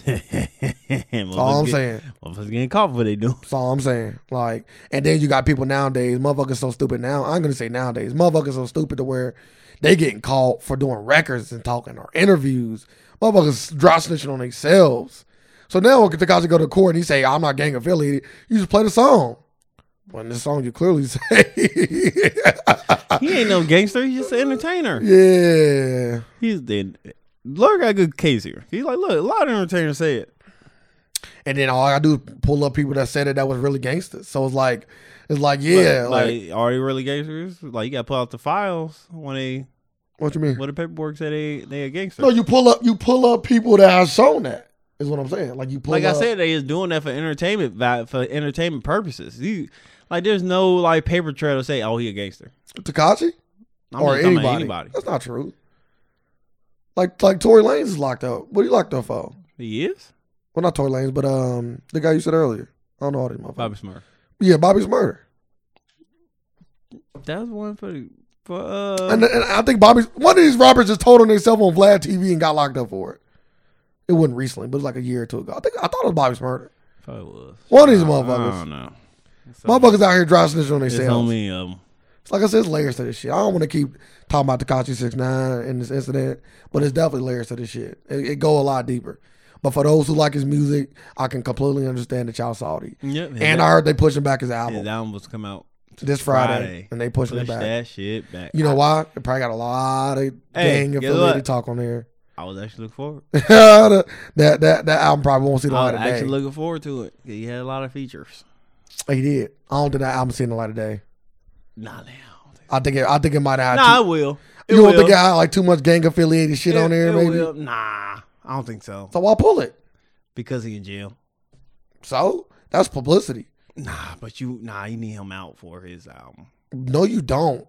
S1: Motherfuckers
S2: that's all I'm
S1: get-
S2: saying.
S1: Motherfuckers getting caught for what they do.
S2: That's all I'm saying. Like, and then you got people nowadays. Motherfuckers so stupid now. I'm gonna say nowadays. Motherfuckers so stupid to where they getting called for doing records and talking or interviews. Motherfuckers dry snitching on themselves. So now when Takashi go to court and he say, "I'm not gang affiliated," you just play the song. When the song you clearly say,
S1: He ain't no gangster. He's just an entertainer.
S2: yeah.
S1: He's the Lord got a good case here. He's like, look, a lot of entertainers say it.
S2: And then all I do is pull up people that said it that was really gangsters. So it's like, it's like, yeah, like,
S1: like, are they really gangsters? Like you got to pull out the files when they
S2: what you mean?
S1: when the paperwork said they they a gangster.
S2: No, you pull up, you pull up people that have shown that. Is what I'm saying. Like you pull.
S1: like
S2: up,
S1: I said, they is doing that for entertainment va- for entertainment purposes. You like there's no like paper trail to say oh he a gangster
S2: Takashi
S1: I'm
S2: or
S1: just talking about
S2: anybody. That's not true. Like like Tory Lanez is locked up. What are you locked up for?
S1: He is
S2: Well, not Tory Lanez, but um the guy you said earlier. I don't know all these motherfuckers.
S1: Bobby Smurf.
S2: Yeah, Bobby's murder.
S1: That was one for the for uh.
S2: And, and I think Bobby's one of these robbers just told on himself on Vlad TV and got locked up for it. It wasn't recently, but it was like a year or two ago. I think I thought it was Bobby's murder.
S1: probably was.
S2: One of these
S1: I-
S2: motherfuckers.
S1: I don't know. It's
S2: Motherfuckers out here dry snitching on
S1: It's
S2: themselves.
S1: only um.
S2: It's like I said, it's layers to this shit. I don't want to keep talking about Takashi Six Nine and this incident, but it's definitely layers to this shit. It, it go a lot deeper. But for those who like his music, I can completely understand that y'all salty.
S1: Yep. his
S2: And I heard they pushing back his album
S1: His album was come out
S2: this Friday,
S1: Friday.
S2: and they pushing
S1: Push
S2: it back.
S1: that shit back.
S2: You know why? It probably got a lot of
S1: Hey,
S2: gang
S1: guess
S2: affiliated
S1: what?
S2: talk on there.
S1: I was actually looking forward.
S2: that that that album probably won't see the
S1: I
S2: light
S1: was
S2: of day.
S1: Oh, actually looking forward to it. He had a lot of features.
S2: he did. I don't think that album seen the light of day.
S1: Nah, now.
S2: I think it, I think it might have.
S1: Nah, I
S2: too,
S1: will. It
S2: you don't
S1: will.
S2: think it had like too much gang affiliated shit
S1: It-
S2: on there?
S1: it
S2: Maybe.
S1: will. Nah, I don't think so.
S2: So why pull it?
S1: Because he in jail.
S2: So that's publicity.
S1: Nah, but you nah, you need him out for his album.
S2: No, you don't.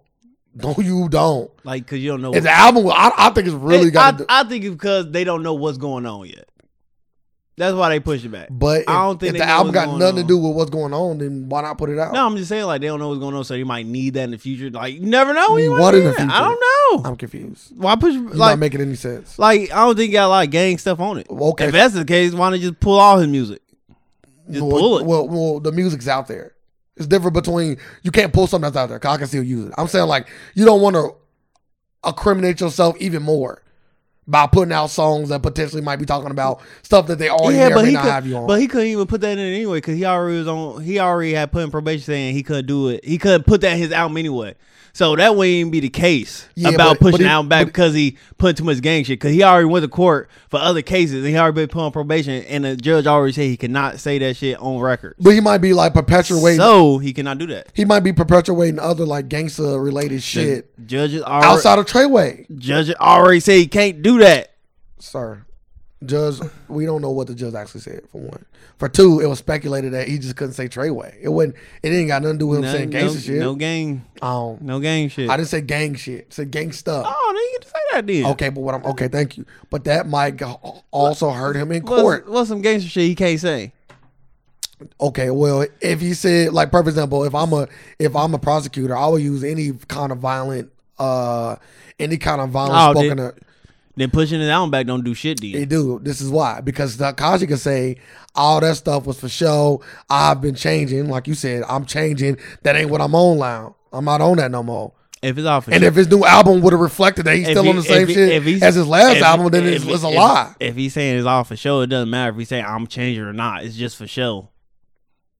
S2: No, you don't.
S1: Like, cause you don't know.
S2: It's an album. I, I think it's really
S1: It-
S2: got.
S1: I, I think it's because they don't know what's going on yet. That's why they push it back.
S2: but if,
S1: I don't think
S2: if
S1: they
S2: the
S1: know
S2: album
S1: what's
S2: got
S1: going
S2: nothing to
S1: on.
S2: do with what's going on, then why not put it out?
S1: No, I'm just saying like they don't know what's going on, so you might need that in the future. Like, you never know. You
S2: Need
S1: might
S2: what in
S1: need
S2: the
S1: that. I
S2: future?
S1: don't know.
S2: I'm confused.
S1: Why push
S2: You're
S1: like
S2: not making any sense.
S1: Like I don't think he got a lot of gang stuff on it.
S2: Okay.
S1: If that's the case, why not just pull all his music? Just
S2: well,
S1: pull it.
S2: Well, well, the music's out there. It's different between you can't pull something that's out there. 'cause I can still use it. I'm saying like you don't want to incriminate yourself even more by putting out songs that potentially might be talking about stuff that they already
S1: yeah,
S2: may or
S1: but
S2: may
S1: he
S2: not have
S1: could,
S2: you on.
S1: but he couldn't even put that in anyway because he already was on. He already had put in probation saying he couldn't do it. He couldn't put that in his album anyway. So that wouldn't even be the case
S2: Yeah,
S1: about
S2: but- but
S1: pushing
S2: he-
S1: the album back
S2: but-
S1: because he put too much gang shit. Because he already went to court for other cases and he already been put on probation and the judge already said he cannot say that shit on record.
S2: But he might be like perpetuating.
S1: So he cannot do that.
S2: he might be perpetuating other like gangster related shit
S1: The judges already
S2: outside of Treyway,
S1: judge already said he can't do that.
S2: sir. Judge, we don't know what the judge actually said. For one, for two, it was speculated that he just couldn't say Treyway. It wasn't. It didn't got nothing to do with him
S1: No,
S2: saying
S1: no,
S2: gangster shit.
S1: no gang,
S2: um,
S1: no gang shit.
S2: I didn't say gang shit. I said gang stuff.
S1: Oh, they get to say that then.
S2: Okay, but what I'm okay, thank you. But that might go- also hurt him in
S1: What's,
S2: court.
S1: what's some gangster shit he can't say?
S2: Okay, well, if he said like for example, if I'm a if I'm a prosecutor, I would use any kind of violent uh any kind of
S1: Oh,
S2: violent
S1: did-
S2: spoken of
S1: Then pushing it down back don't do shit then.
S2: They do. This is why. Because Takashi can say all that stuff was for show. I've been changing. Like you said, I'm changing. That ain't what I'm on now. I'm not on that no more.
S1: if it's off,
S2: And if his new album would have reflected that he's still on the same shit as his last album, then it's, it's a lie.
S1: If, he's saying it's all for show, it doesn't matter if he's saying I'm changing or not. It's just for show.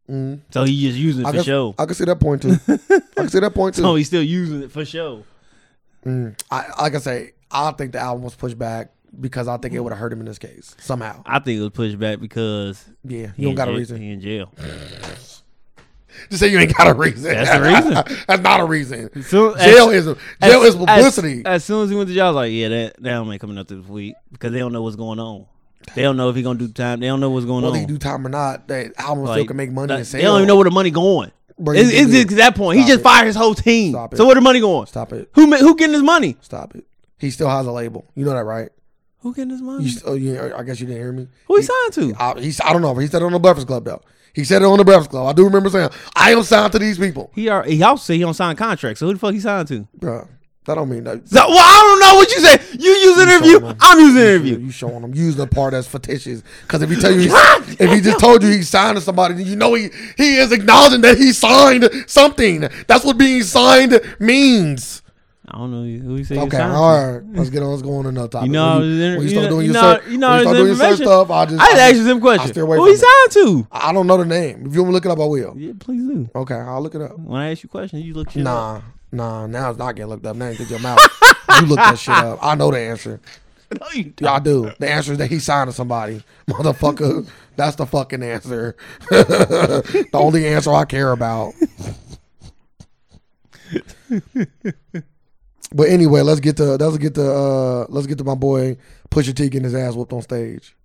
S2: Mhm.
S1: So he's just using it
S2: I
S1: for
S2: can,
S1: show.
S2: I can see that point too. I can see that point too.
S1: so he's still using it for show.
S2: Mm. I, like I say, I think the album was pushed back because I think it would have hurt him in this case somehow.
S1: I think it was pushed back because
S2: Yeah,
S1: he
S2: you don't
S1: in
S2: got a
S1: jail-
S2: reason.
S1: He in jail.
S2: Just say you ain't got a reason.
S1: That's the reason.
S2: That's not a reason.
S1: So-
S2: Jail is jail
S1: As-
S2: is publicity.
S1: As, as soon as he went to jail, I was like, yeah, that that album ain't coming up this week because they don't know what's going on. They don't know if he gonna do time. They don't know what's going
S2: whether
S1: on.
S2: you do time or not, that album still
S1: Like,
S2: can make money
S1: like,
S2: and sell.
S1: They don't even know where the money going.
S2: Bro,
S1: it's
S2: you
S1: it's
S2: did.
S1: just at that point.
S2: Stop
S1: he just
S2: it.
S1: fired his whole team.
S2: Stop it.
S1: So where the money going?
S2: Stop it.
S1: Who ma- who getting his money?
S2: Stop it. He still has a label. You know that, right?
S1: Who getting his money?
S2: You still, you, I guess you didn't hear me.
S1: who he signed to?
S2: I, he's, I don't know, but he said it on the Breakfast Club though. He said it on the Breakfast Club. I do remember saying, "I am signed to these people,
S1: he are, he also said he don't sign contracts. So who the fuck he signed to?
S2: Bruh, That don't mean that.
S1: So, well, I don't know what you said. You use an
S2: showing
S1: interview.
S2: him.
S1: I'm using an
S2: You,
S1: interview.
S2: you showing him. Use the part that's fictitious. Because if he tell you, he's- if he just told you he signed to somebody, then you know he he is acknowledging that he signed something. That's what being signed means.
S1: I don't know who he said he
S2: Okay,
S1: signed
S2: all
S1: to.
S2: right. Let's get on. Let's go on to another topic.
S1: You know,
S2: when
S1: I
S2: you,
S1: was in-
S2: when you
S1: you
S2: start
S1: know-
S2: doing
S1: you
S2: your
S1: know-
S2: search,
S1: you know, I
S2: when you
S1: was
S2: start doing your search
S1: information.
S2: stuff, I just
S1: I didn't
S2: just-
S1: ask you some
S2: I
S1: question.
S2: stay away
S1: Who he
S2: from
S1: signed
S2: it.
S1: to?
S2: I don't know the name. If you want me to look it up, I will.
S1: Yeah, please do.
S2: Okay, I'll look it up.
S1: When I ask you questions, you look shit up.
S2: Nah, nah. Now it's not getting looked up. Now you get your mouth. you look that shit up. I know the answer.
S1: no, you don't.
S2: Y'all do. The answer is that he signed to somebody. Motherfucker, that's the fucking answer. the only answer I care about. but anyway, let's get to let's get to uh let's get to my boy Pusha T getting his ass whooped on stage.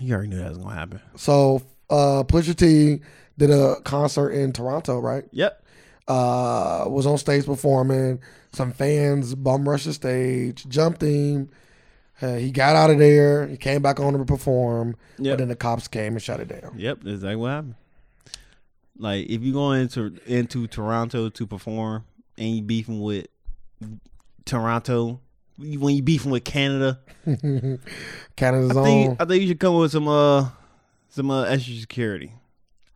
S1: You already knew that was gonna happen.
S2: So uh Pusha T did a concert in Toronto, right?
S1: Yep.
S2: uh, was on stage performing. Some fans bum rushed the stage, jumped him. Uh, he got out of there. He came back on to perform,
S1: Yep.
S2: but then the cops came and shut it down.
S1: Yep, that's exactly what happened. Like if you go into into Toronto to perform and you beefing with Toronto, you- when you beefing with Canada,
S2: Canada's
S1: I think
S2: own.
S1: I think you should come up with some uh some uh, extra security.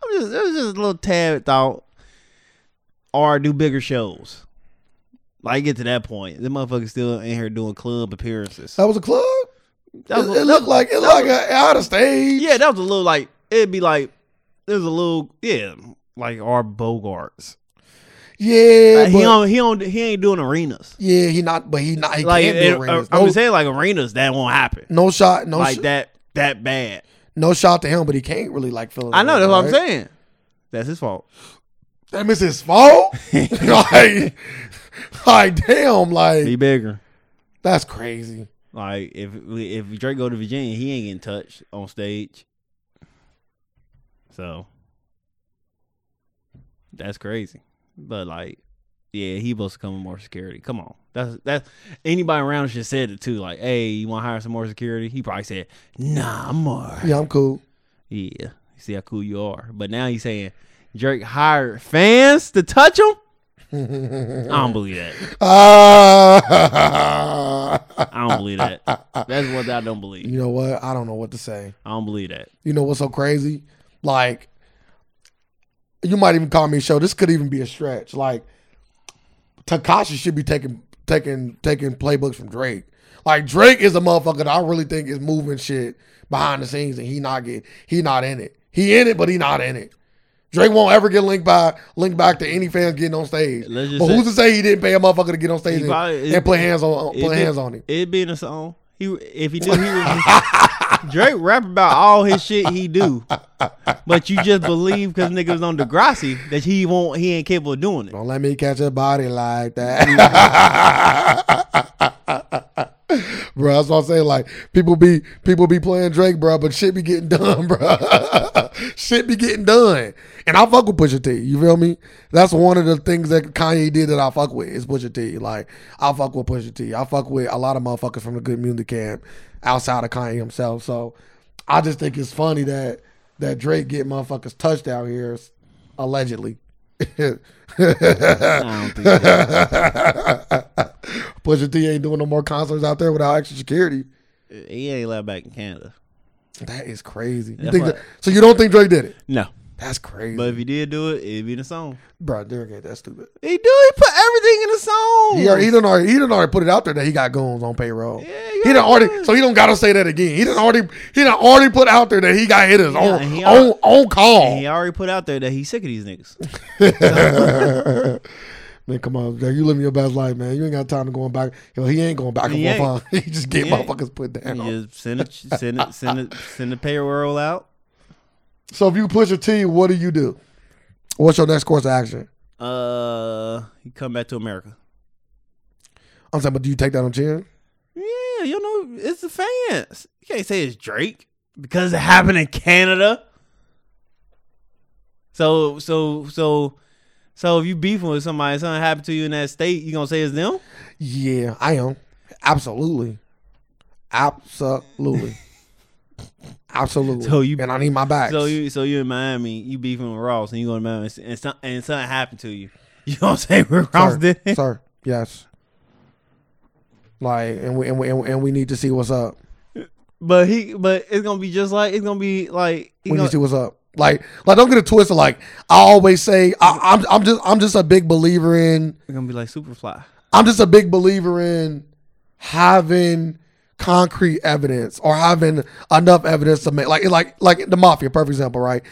S1: I'm just it was just a little tad thought. Or do bigger shows. Like get to that point, the motherfuckers still in here doing club appearances.
S2: That was a club.
S1: That was a-
S2: Oh, it, it looked like it looked like a, out of stage.
S1: Yeah, that was a little like it'd be like it was a little yeah like our Bogarts.
S2: Yeah,
S1: Like,
S2: but,
S1: he don't he don't he ain't doing arenas.
S2: yeah, he not, but he not. He
S1: Like
S2: can't
S1: it- uh,
S2: do arenas.
S1: I'm
S2: No,
S1: just saying like arenas that won't happen
S2: no shot, no
S1: like
S2: sh-
S1: that that bad.
S2: no shot to him, but he can't really like feel. it
S1: I know
S2: right
S1: that's
S2: now,
S1: what I'm
S2: right?
S1: saying. That's his fault.
S2: That means his fault. like, like damn,
S1: Be
S2: like
S1: bigger.
S2: that's crazy.
S1: Like if if Drake go to Virginia, he ain't getting touched on stage. So that's crazy. But like, yeah, he supposed to come with more security. Come on, that's that's anybody around should said it too. Like, hey, you want to hire some more security? He probably said, Nah, I'm alright.
S2: Yeah, I'm cool.
S1: Yeah, you see how cool you are. But now he's saying Drake hired fans to touch him. I don't believe that.
S2: Ah.
S1: I don't believe that. That's what I don't believe.
S2: you know what? I don't know what to say.
S1: I don't believe that.
S2: You know what's so crazy? Like, you might even call me a show. This could even be a stretch. Like, Takashi should be taking taking taking playbooks from Drake. Like Drake is a motherfucker that I really think is moving shit behind the scenes, and he not get he not in it. He in it, but he not in it. Drake won't ever get linked by linked back to any fans getting on stage.
S1: Let's just
S2: But
S1: say-
S2: who's to say he didn't pay a motherfucker to get on stage
S1: He
S2: and,
S1: probably-
S2: and put hands on
S1: It'd
S2: put
S1: be-
S2: hands on him?
S1: It being a song. He if he knew he was Drake rap about all his shit he do, but you just believe because niggas on Degrassi that he won't he ain't capable of doing it.
S2: Don't let me catch a body like that. bro, that's what I'm saying. Like people be people be playing Drake, bro, but shit be getting done, bro. shit be getting done. And I fuck with Pusha T. You feel me? That's one of the things that Kanye did that I fuck with is Pusha T. Like I fuck with Pusha T. I fuck with a lot of motherfuckers from the good music camp outside of Kanye himself. So I just think it's funny that that Drake get motherfuckers touched out here allegedly.
S1: I don't think so.
S2: Pusha T ain't doing no more concerts out there without extra security.
S1: he ain't allowed back in Canada.
S2: That is crazy. You
S1: That's
S2: think
S1: why-
S2: that, so you don't think Drake did it?
S1: No,
S2: That's crazy,
S1: but if he did do it, it'd be in a song.
S2: bro. Derek ain't that stupid.
S1: He do. He put everything in a song.
S2: He already, he done already, he done already put it out there that he got goons on payroll.
S1: Yeah,
S2: he
S1: he
S2: done
S1: got
S2: already,
S1: goons.
S2: so he don't gotta say that again. He done already, he done already put out there that he got hitters
S1: Yeah,
S2: on,
S1: he
S2: on,
S1: al-
S2: on
S1: And he
S2: call.
S1: already put out there that he's sick of these niggas.
S2: Man, come on, Derek, you living your best life, man. You ain't got time to going back. Yo, he ain't going back and
S1: He
S2: forth.
S1: ain't.
S2: huh? He just get
S1: He ain't.
S2: motherfuckers put down.
S1: You just send it, send it, send it, send the payroll out.
S2: So if you push a T, what do you do? What's your next course of action?
S1: Uh, he come back to America.
S2: I'm saying, but do you take that on chin?
S1: Yeah, you know, it's the fans. You can't say it's Drake because it happened in Canada. So, so, so, so if you beefing with somebody, something happened to you in that state, you gonna say it's them?
S2: Yeah, I am. Absolutely. Absolutely. Absolutely.
S1: So you-
S2: and I need my back.
S1: So you, so you in Miami, you beefing with Ross, and you going to Miami, and some, and something happened to you. You gonna say Rick Ross
S2: sir,
S1: did it?
S2: sir, yes. Like, and we, and we and we- and we need to see what's up.
S1: But he, but it's gonna be just like it's gonna be like he
S2: We need
S1: gonna-
S2: to see what's up. Like, like don't get it twisted. Like I always say, I, I'm I'm just I'm just a big believer in.
S1: it's gonna be like Superfly.
S2: I'm just a big believer in having concrete evidence or having enough evidence to make like like like the mafia, perfect example, right?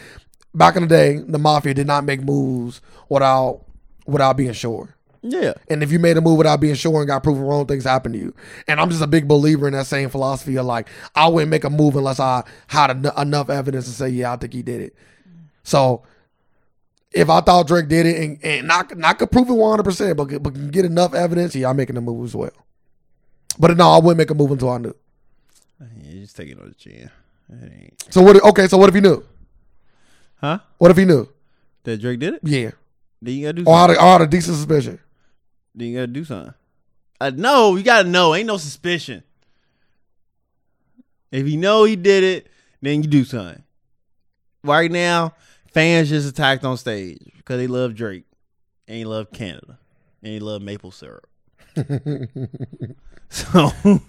S2: Back in the day, the mafia did not make moves without without being sure.
S1: Yeah.
S2: And if you made a move without being sure and got proven wrong, things happen to you. And I'm just a big believer in that same philosophy of like, I wouldn't make a move unless I had en- enough evidence to say, yeah, I think he did it. So if I thought Drake did it and, and not, not could prove it 100%, but, could- but can get enough evidence, yeah, I'm making a move as well. But no, I wouldn't make a move until I knew.
S1: yeah you just take it on the chin. That ain't.
S2: So what, okay, so what if he knew?
S1: Huh?
S2: What if he knew?
S1: That Drake did it?
S2: Yeah.
S1: Then you gotta do something.
S2: Or out of, or out of decent suspicion.
S1: Then you gotta do something. Uh, no, you gotta know. Ain't no suspicion. If you know he did it, then you do something. Right now, fans just attacked on stage because they love Drake and they love Canada and they love maple syrup. so,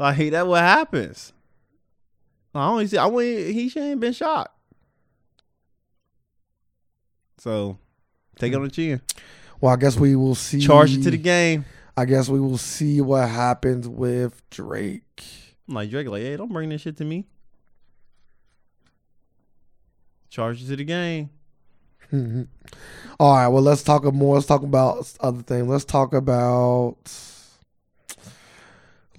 S1: like that, what happens? I don't see. I wouldn't. He should ain't been shot. So, take it on the chin.
S2: Well, I guess we will see.
S1: Charge it to the game.
S2: I guess we will see what happens with Drake.
S1: I'm like Drake, like, hey, don't bring this shit to me. Charge it to the game.
S2: All right, well, let's talk more. Let's talk about other things. Let's talk about.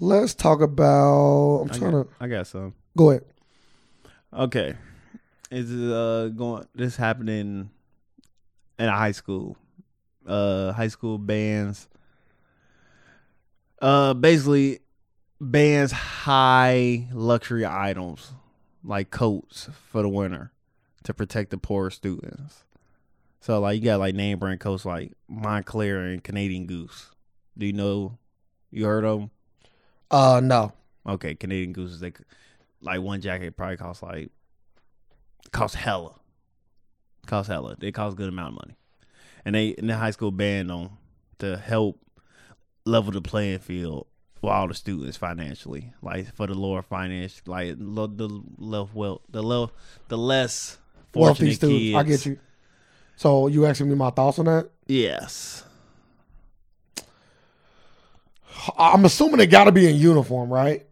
S2: Let's talk about. I'm
S1: I
S2: trying
S1: got,
S2: to
S1: I got some.
S2: go ahead.
S1: Okay, is uh going this happening in a high school? Uh, high school bands. Uh, basically, bands high luxury items like coats for the winter to protect the poor students. So like you got like name brand coats like Montclair and Canadian Goose. Do you know? You heard of them?
S2: Uh, no.
S1: Okay, Canadian Goose is like, like one jacket probably costs like costs hella, costs hella. They cost a good amount of money, and they in the high school banned them to help level the playing field for all the students financially, like for the lower finance, like lo- the left well, the low, the less fortunate
S2: Wealthy students.
S1: kids.
S2: I get you. So you asking me my thoughts on that?
S1: Yes,
S2: I- I'm assuming they got to be in uniform, right?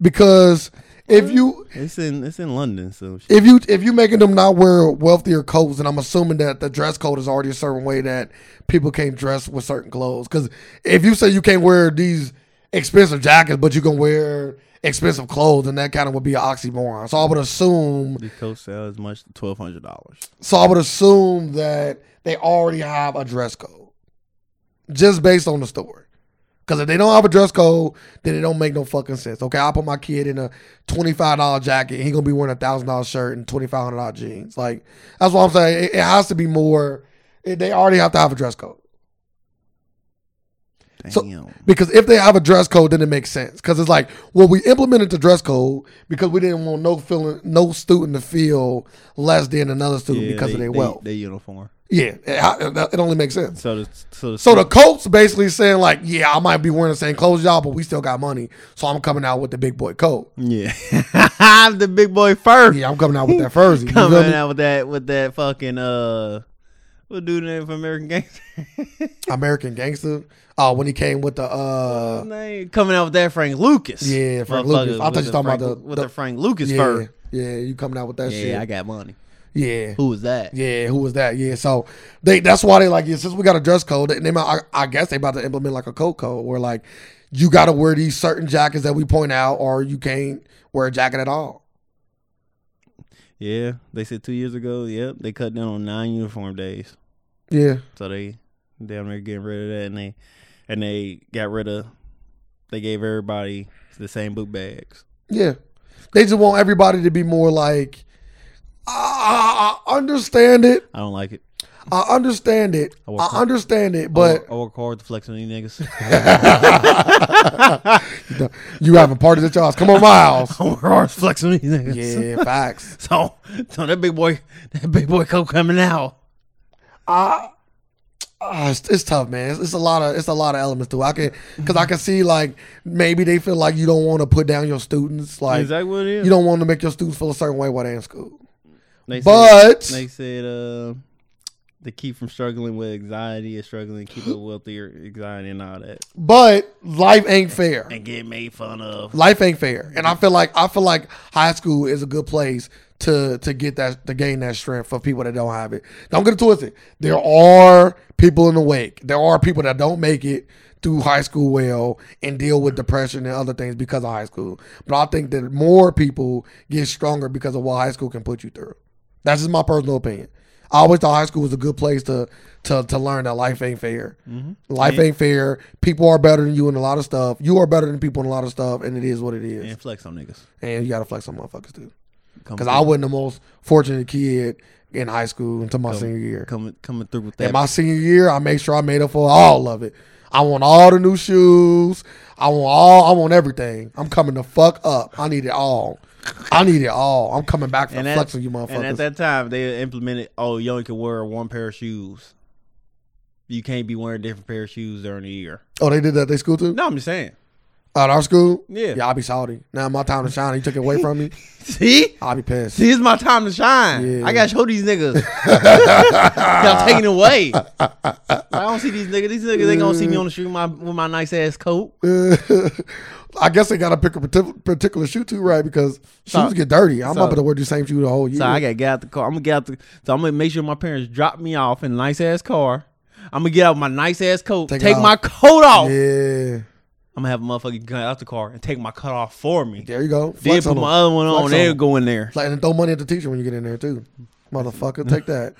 S2: Because if
S1: Mm-hmm.
S2: you
S1: it's in it's in London, so shit.
S2: if you if you making them not wear wealthier clothes, and I'm assuming that the dress code is already a certain way that people can't dress with certain clothes. Because if you say you can't wear these expensive jackets, but you can wear expensive clothes, then that kind of would be an oxymoron. So I would assume.
S1: the coat sell as much twelve hundred dollars.
S2: So I would assume that they already have a dress code, just based on the story. Because if they don't have a dress code, then it don't make no fucking sense. Okay, I put my kid in a twenty five dollar jacket. He gonna be wearing a thousand dollar shirt and twenty five hundred dollar jeans. Like that's what I'm saying. It, it has to be more. It, they already have to have a dress code.
S1: Damn.
S2: So- Because if they have a dress code, then it makes sense. Because it's like, well, we implemented the dress code because we didn't want no feeling, no student to feel less than another student
S1: Yeah,
S2: because
S1: they,
S2: of their
S1: they-
S2: wealth.
S1: their uniform.
S2: yeah, it, it only makes sense.
S1: So the so the
S2: So the Colts basically saying like, yeah, I might be wearing the same clothes y'all, but we still got money, so I'm coming out with the big boy coat.
S1: Yeah, I'm the big boy first.
S2: Yeah, I'm coming out with that Furzy. You feel
S1: Coming
S2: me?
S1: out with that with that fucking uh, what dude name from American Gangster?
S2: American Gangster. Uh, when he came with the uh,
S1: Name- Coming out with that Frank Lucas.
S2: Yeah,
S1: Motherfucker,
S2: Frank Lucas. I thought
S1: with
S2: you
S1: the
S2: talking about
S1: Frank-
S2: the-
S1: with
S2: the-
S1: the Frank Lucas
S2: yeah,
S1: fur.
S2: yeah, you coming out with that
S1: Yeah,
S2: shit?
S1: I got money.
S2: yeah,
S1: Who was that?
S2: yeah. Who was that? Yeah, so they that's why they like yeah, since we got a dress code, they, they might, I, I guess they about to implement like a coat code where like you got to wear these certain jackets that we point out, or you can't wear a jacket at all.
S1: Yeah, they said two years ago. Yep, they cut down on nine uniform days,
S2: Yeah,
S1: so they damn near getting rid of that, and they and they got rid of. They gave everybody the same book bags.
S2: Yeah. They just want everybody to be more like, I, I, I understand it.
S1: I don't like it.
S2: I understand it.
S1: I
S2: I,
S1: work hard.
S2: understand it.
S1: I
S2: But
S1: work, I work hard to flex on you niggas.
S2: you having parties at your house. Come on, my house.
S1: I work hard to flex on you niggas.
S2: yeah, facts.
S1: So, so that big boy, that big boy coat coming out.
S2: I, ah, it's, it's tough, man. It's, it's a lot of it's a lot of elements to it. I can because I can see like maybe they feel like you don't want to put down your students. Like
S1: Is that what it is?
S2: you don't want to make your students feel a certain way while they're in school.
S1: they said,
S2: But
S1: they said, uh, to keep from struggling with anxiety and struggling to keep up with your anxiety and all that,
S2: But life ain't fair.
S1: and get made fun of.
S2: Life ain't fair, and I feel like I feel like high school is a good place to to get that to gain that strength for people that don't have it. Don't get it twisted. There are people in the wake. There are people that don't make it through high school well and deal with depression and other things because of high school. But I think that more people get stronger because of what high school can put you through. That's just my personal opinion. I always thought high school was a good place to to to learn that life ain't fair.
S1: Mm-hmm.
S2: Life ain't fair. People are better than you in a lot of stuff. You are better than people in a lot of stuff, and it is what it is.
S1: And flex on niggas.
S2: And you gotta flex on motherfuckers too.
S1: Come
S2: Because I wasn't the most fortunate kid in high school until my senior year.
S1: coming coming through with
S2: In
S1: that.
S2: my senior year, I made sure I made up for all of it. I want all the new shoes. I want all. I want everything. I'm coming the fuck up. I need it all. I need it all. I'm coming back for
S1: at-
S2: flexing you
S1: and at
S2: motherfuckers.
S1: that time, they implemented, oh, you only can wear one pair of shoes. You can't be wearing different pair of shoes during the year.
S2: oh, they did that. They school too.
S1: No, I'm just saying.
S2: At our school.
S1: Yeah.
S2: Yeah, I'll be salty. Now my time to shine. You took it away from me.
S1: See?
S2: I'll be pissed.
S1: See, it's my time to shine.
S2: Yeah.
S1: I gotta show these niggas. Y'all taking it away. I don't see these niggas. These niggas ain't gonna see me on the street with my, with my nice ass coat.
S2: I guess they got to pick a partic- particular shoe too, right? Because
S1: So-
S2: shoes get dirty. I'm
S1: so-
S2: about to wear the same shoe the whole year.
S1: So I gotta get out the car. I'm gonna get out the. So I'm gonna make sure my parents drop me off in a nice ass car. I'm gonna get out my nice ass coat.
S2: Take
S1: Take,
S2: it off.
S1: my coat off.
S2: yeah,
S1: I'm gonna have a motherfucker gun out the car and take my coat off for me.
S2: there you go.
S1: Then
S2: Flex
S1: put
S2: on
S1: my
S2: them.
S1: other one
S2: Flex
S1: on. They'll
S2: them.
S1: go in there.
S2: Like, and throw money at the teacher when you get in there too, motherfucker. Take that.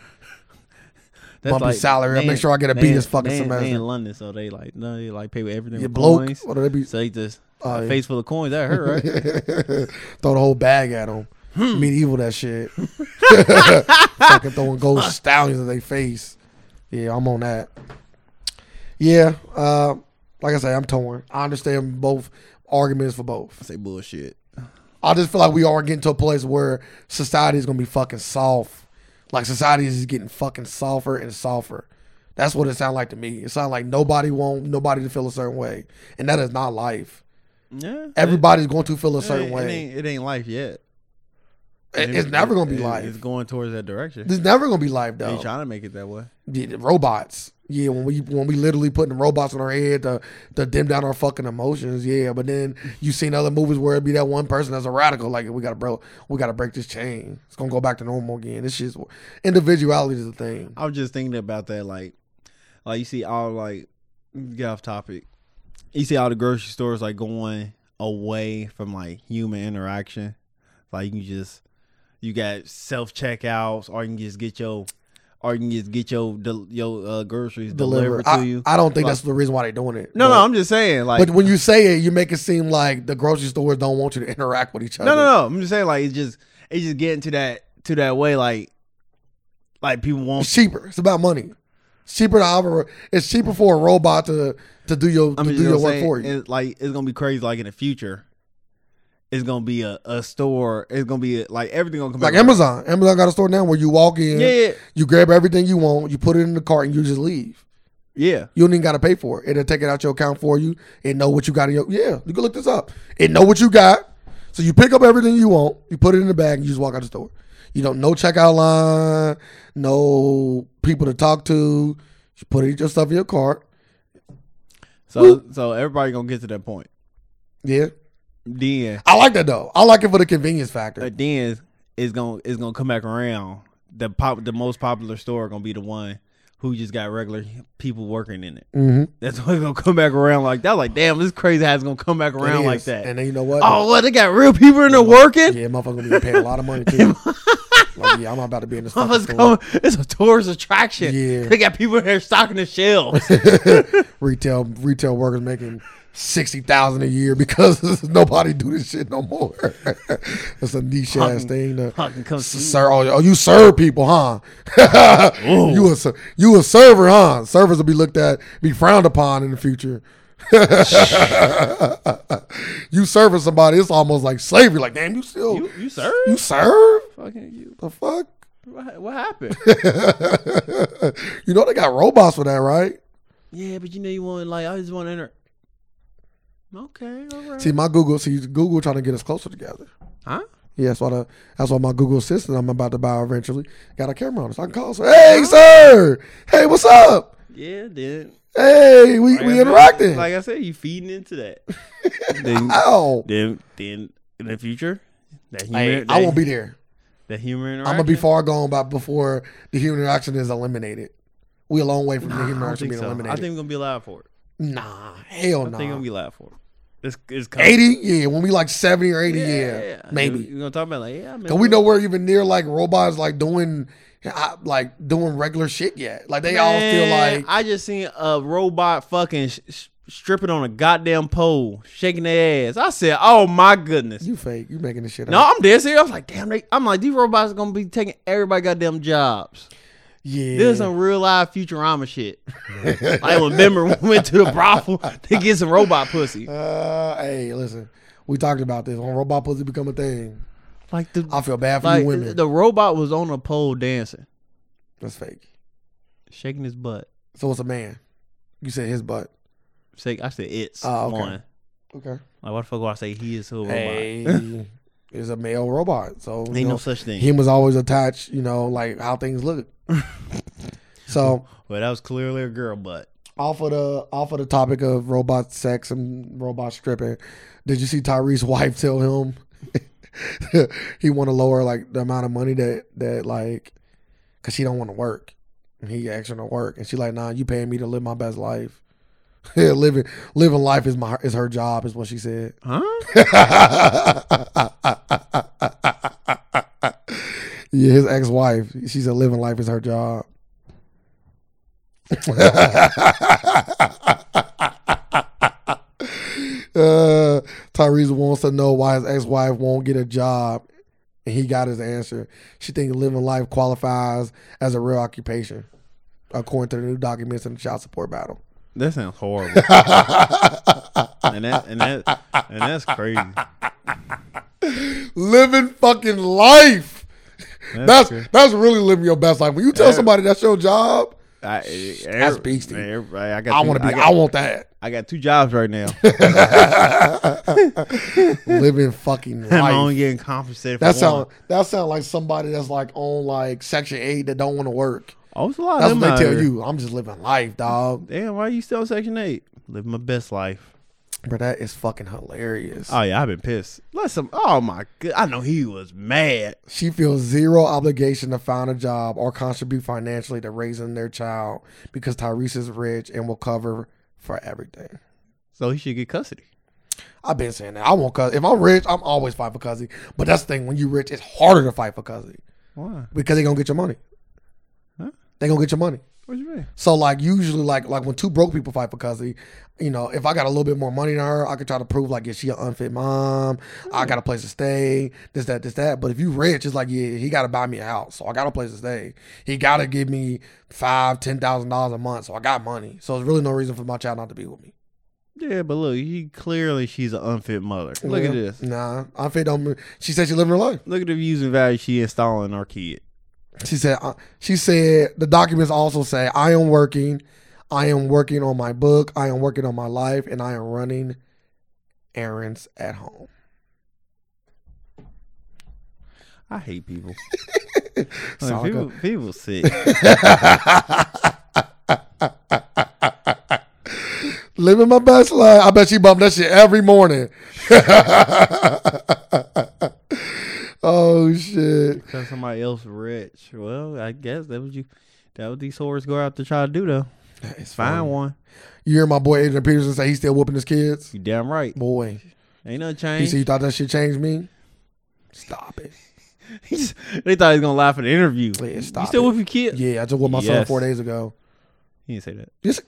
S1: That's
S2: Bump your salary up,
S1: they
S2: make
S1: in-
S2: sure I get a
S1: they
S2: B
S1: in-
S2: this fucking
S1: they in- They
S2: semester.
S1: in London, so they like no, they like pay with everything.
S2: You
S1: with
S2: bloke.
S1: coins.
S2: What do they be?
S1: So they just
S2: Oh,
S1: a
S2: yeah.
S1: face full of coins. That hurt, right?
S2: throw the whole bag at them. Medieval that shit. Fucking throwing gold stallions in their face. Yeah, I'm on that. Yeah, uh, like I say, I'm torn. I understand both arguments for both.
S1: say bullshit.
S2: I just feel like we are getting to a place where society is gonna be fucking soft. Like society is getting fucking softer and softer. That's what it sounds like to me. It sounds like nobody want nobody to feel a certain way, and that is not life.
S1: Yeah,
S2: Everybody's going to feel a
S1: it,
S2: certain
S1: it,
S2: way.
S1: ain't, it ain't life yet.
S2: It-
S1: It-
S2: it's never gonna be
S1: it-
S2: live.
S1: It's going towards that direction.
S2: It's never gonna be live
S1: They
S2: though.
S1: trying to make it that way.
S2: Yeah, the robots. Yeah, when we when we literally putting robots on our head to to dim down our fucking emotions. Yeah, but then you seen other movies where it be that one person that's a radical. Like we gotta bro, we gotta break this chain. It's gonna go back to normal again. This shit's individuality is a thing.
S1: I was just thinking about that, like, like you see all like get off topic. You see all the grocery stores like going away from like human interaction. Like you can just you got self checkouts, or you can just get your, or you can just get your del- your uh, groceries
S2: Deliver.
S1: delivered to you.
S2: I, I don't think
S1: Like-
S2: that's the reason why they doing it.
S1: no,
S2: but,
S1: no, I'm just saying like.
S2: but when you say it, you make it seem like the grocery stores don't want you to interact with each other.
S1: No, no, no. I'm just saying, like, it's just, it's just getting to that, to that way, like, like people won't.
S2: It's cheaper. It's about money. It's cheaper to have a, It's cheaper for a robot to to do your
S1: I
S2: to
S1: mean,
S2: do
S1: you know
S2: your
S1: what
S2: work
S1: I'm
S2: for
S1: saying?
S2: you.
S1: It's like it's gonna be crazy. Like in the future, it's gonna be a, a store. It's gonna be like everything gonna come
S2: Like
S1: back around.
S2: Amazon. Amazon got a store now where you walk in,
S1: Yeah, yeah,
S2: you grab everything you want, you put it in the cart, and you just leave.
S1: yeah.
S2: You don't even gotta pay for it. It'll take it out your account for you. It know what you got in your yeah. You can look this up. It know what you got. So you pick up everything you want, you put it in the bag, and you just walk out the store. You don't no checkout line, no people to talk to. You put it your stuff in your cart.
S1: So, so everybody gonna get to that point.
S2: Yeah,
S1: Then,
S2: I like that though. I like it for the convenience factor.
S1: but then it's gonna it's gonna come back around. The pop, the most popular store gonna be the one who just got regular people working in it.
S2: Mm-hmm.
S1: That's what's gonna come back around like that. Like, damn, this crazy how it's gonna come back around like that.
S2: And then you know what?
S1: Oh, what? They got real people in there working?
S2: Yeah, motherfucker gonna be paying a lot of money too. like, yeah, I'm about to be in this fucking
S1: Motherfuckers
S2: store.
S1: coming. It's a tourist attraction.
S2: Yeah.
S1: They got people in there stocking the shelves.
S2: retail retail workers making sixty thousand a year because nobody do this shit no more. That's a niche ass
S1: Fucking-
S2: thing. To,
S1: fucking come
S2: S-
S1: see.
S2: sir, oh, oh, you serve people, huh? you a ser- you a server, huh? Servers will be looked at, be frowned upon in the future. you serving somebody, it's almost like slavery. Like, damn, you still
S1: you,
S2: you,
S1: you sir?
S2: serve
S1: Fucking you.
S2: the fuck?
S1: What, what happened?
S2: you know they got robots for that, right?
S1: yeah, but you know you want like I just want to enter. Okay, all right.
S2: See, my Google, see Google trying to get us closer together.
S1: huh?
S2: Yeah, that's why the, that's why my Google Assistant I'm about to buy eventually got a camera on it. So I can call. So hey, sir. Hey, what's up?
S1: Yeah, then
S2: Hey, we,
S1: like I
S2: we
S1: said-
S2: interacting.
S1: Like I said, you feeding into that. then,
S2: Ow.
S1: then, then in the future, that humor,
S2: Hey,
S1: that,
S2: I won't be there.
S1: that humor interaction.
S2: I'm gonna be far gone by before the human interaction is eliminated. We a long way from the
S1: I
S2: human
S1: don't
S2: interaction
S1: think
S2: being
S1: so. I
S2: eliminated.
S1: think we're gonna be alive for it.
S2: nah, hell
S1: I think we're
S2: nah.
S1: gonna be alive for it. It's, it's coming.
S2: Eighty, yeah. When we like seventy or eighty, yeah,
S1: You-
S2: maybe.
S1: You're gonna talk about like, yeah, I
S2: Cause we know we're even near like robots like doing, uh, like doing regular shit yet. Like they all feel like
S1: I just seen a robot fucking sh- sh- stripping on a goddamn pole, shaking their ass. I said, oh my goodness.
S2: you fake. You making this shit
S1: No,
S2: up.
S1: I'm dead serious. I was like, damn, they, I'm like, these robots are gonna be taking everybody goddamn jobs.
S2: Yeah.
S1: This is some real life Futurama shit. I remember when we went to the brothel to get some robot pussy.
S2: Uh, hey, listen. We talked about this when robot pussy become a thing.
S1: Like
S2: I
S1: the
S2: feel bad for
S1: like
S2: you women.
S1: the robot was on a pole dancing,
S2: That's fake.
S1: shaking his butt.
S2: So it's a man. You said his butt.
S1: Shake, I said it's
S2: Oh, okay.
S1: one.
S2: Okay.
S1: Like what the fuck would I say he is who a robot?
S2: Hey, it's a male robot. So you
S1: Ain't
S2: know,
S1: no such thing.
S2: him was always attached. You know, like how things look. so
S1: Well, that was clearly a girl butt.
S2: off of the off of the topic of robot sex and robot stripping, did you see Tyrese's wife tell him he want to lower like the amount of money that that like because she don't want to work and he asked her to work and she like nah you paying me to live my best life living living life is my is her job is what she said
S1: Huh?
S2: yeah, his ex-wife. She said living life is her job. uh, Tyrese wants to know why his ex-wife won't get a job, and he got his answer. She thinks living life qualifies as a real occupation, according to the new documents in the child support battle.
S1: That sounds horrible. and that and that and that's crazy.
S2: living fucking life. That's
S1: That's
S2: that's,
S1: true.
S2: really living your best life. When you tell
S1: Yeah.
S2: somebody that's your job,
S1: I, eh,
S2: That's beastie.
S1: everybody- I got.
S2: I
S1: two-
S2: want to be.
S1: got-
S2: I, want that.
S1: I got two jobs right now.
S2: living fucking
S1: I'm only
S2: life.
S1: getting compensated. For
S2: That
S1: that
S2: sound that sound like somebody that's like on like section eight that don't want to work.
S1: Oh, it's a lot.
S2: That's
S1: of them
S2: what they
S1: out
S2: tell
S1: here.
S2: you. I'm just living life, dog.
S1: Damn, why you still in Section Eight? Living my best life.
S2: But that is fucking hilarious.
S1: Oh yeah, I've been pissed. Listen, oh my god, I know he was mad.
S2: She feels zero obligation to find a job or contribute financially to raising their child because Tyrese is rich and will cover for everything.
S1: So he should get custody.
S2: I've been saying that. I won't cuz if I'm rich, I'm always fight for cuzzy. But that's the thing, when you rich, it's harder to fight for cuzzy
S1: Why?
S2: because they gonna get your money.
S1: Huh?
S2: They gonna get your money.
S1: What you mean?
S2: So like usually like like when two broke people fight for cuzzy, you know, if I got a little bit more money than her, I could try to prove like is she an unfit mom? I got a place to stay, this, that, this, that. But if you rich, it's like, yeah, he gotta buy me a house. So I got a place to stay. He gotta give me five, ten thousand dollars a month. So I got money. So there's really no reason for my child not to be with me.
S1: Yeah, but look, he clearly she's an unfit mother. Look at
S2: Yeah.
S1: this.
S2: Nah. Unfit don't she said she living her life.
S1: Look at the views and value she installing our kid.
S2: She said. Uh, she said the documents also say I am working, I am working on my book, I am working on my life, and I am running errands at home.
S1: I hate people.
S2: It's
S1: Like,
S2: all
S1: people,
S2: good.
S1: people sick.
S2: Living my best life. I bet she bump that shit every morning. oh shit!
S1: Because somebody else rich. Well, I guess that was you. That what these whores go out to try to do though.
S2: It's
S1: Find one.
S2: You hear my boy Adrian Peterson say he's still whooping his kids.
S1: You damn right.
S2: Boy,
S1: Ain't no
S2: you
S1: change.
S2: see, you thought that shit changed me? Stop it.
S1: they thought he was gonna laugh at the interview.
S2: Yeah,
S1: you
S2: stop
S1: still
S2: it.
S1: with your kid?
S2: Yeah, I just whooped my son
S1: Yes.
S2: four days ago.
S1: He didn't say that.
S2: Yes.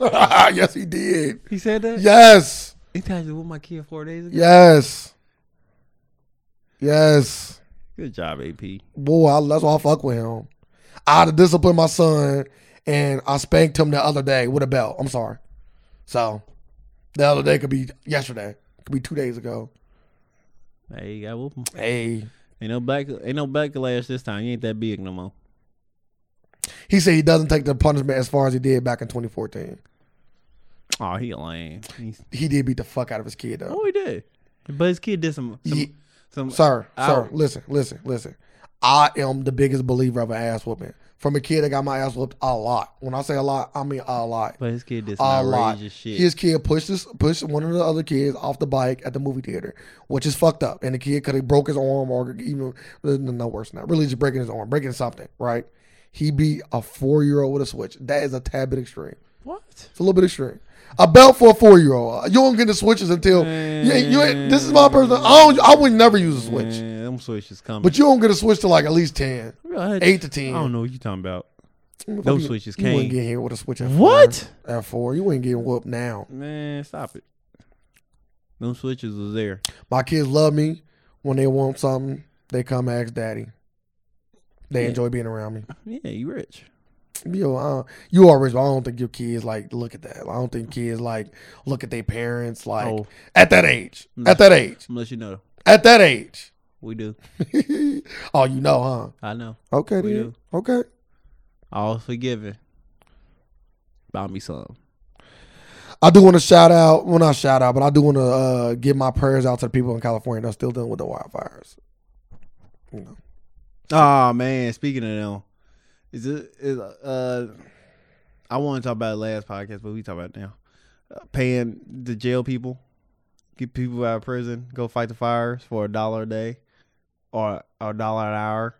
S2: yes, he did.
S1: He said that.
S2: Yes.
S1: He thought you with my kid four days ago.
S2: Yes. Yes.
S1: Good job, AP.
S2: Boy, I, that's why I fuck with him. I had to discipline my son, and I spanked him the other day with a belt. I'm sorry. So, the other day could be yesterday, could be two days ago.
S1: Hey, you got whoop him.
S2: Hey.
S1: Ain't no back. Ain't no backlash this time. You ain't that big no more.
S2: He said he doesn't take the punishment as far as he did back in 2014.
S1: Oh, he lame. He's,
S2: He did beat the fuck out of his kid, though.
S1: oh, he did. But his kid did some some,
S2: Ye-
S3: Some
S2: Sir,
S3: I-
S2: sir, listen, listen, listen. I am the biggest believer of an ass whooping. From a kid that got my ass whooped a lot. When I say a lot, I mean a lot.
S3: but his kid did some
S2: A lot.
S3: outrageous shit.
S2: His kid pushed this, pushed one of the other kids off the bike at the movie theater, which is fucked up. And the kid could have broke his arm or even no, no worse than that. Really, just breaking his arm, breaking something. Right? He beat a four year old with a switch. That is a tad bit extreme.
S3: what?
S2: It's a little bit extreme. A belt for a four year old. You don't get the switches until you, ain't- you ain't, This is my personal. I don't. I would never use a switch.
S3: Man, them switches coming.
S2: But you don't get a switch to like at least ten.
S3: What?
S2: Eight to
S3: I
S2: ten.
S3: don't know what you talking about. Those
S2: You-
S3: switches
S2: You
S3: came.
S2: wouldn't get here with a switch at
S3: What?
S2: four. At four, you wouldn't get whooped now.
S3: Man, stop it. Them switches was there.
S2: My kids love me. When they want something, they come ask daddy. They
S3: Yeah.
S2: enjoy being around me.
S3: Yeah, you rich.
S2: Yo, I don't- you are rich, but I don't think your kids like look at that. I don't think kids like look at their parents like
S3: Oh.
S2: at that age.
S3: No.
S2: At that age.
S3: Unless you know.
S2: At that age.
S3: We do.
S2: oh, you know,
S3: I know.
S2: huh? Okay,
S3: We
S2: then. Okay.
S3: All forgiven. Buy me some.
S2: I do want to shout out, well, not shout out, but I do want to uh, give my prayers out to the people in California that are still dealing with the wildfires. You know,
S1: Oh man, speaking of them, is it is uh I want to talk about it last podcast, but we talk about it now. Uh, paying the jail people, get people out of prison, go fight the fires for a dollar a day or or a dollar an hour.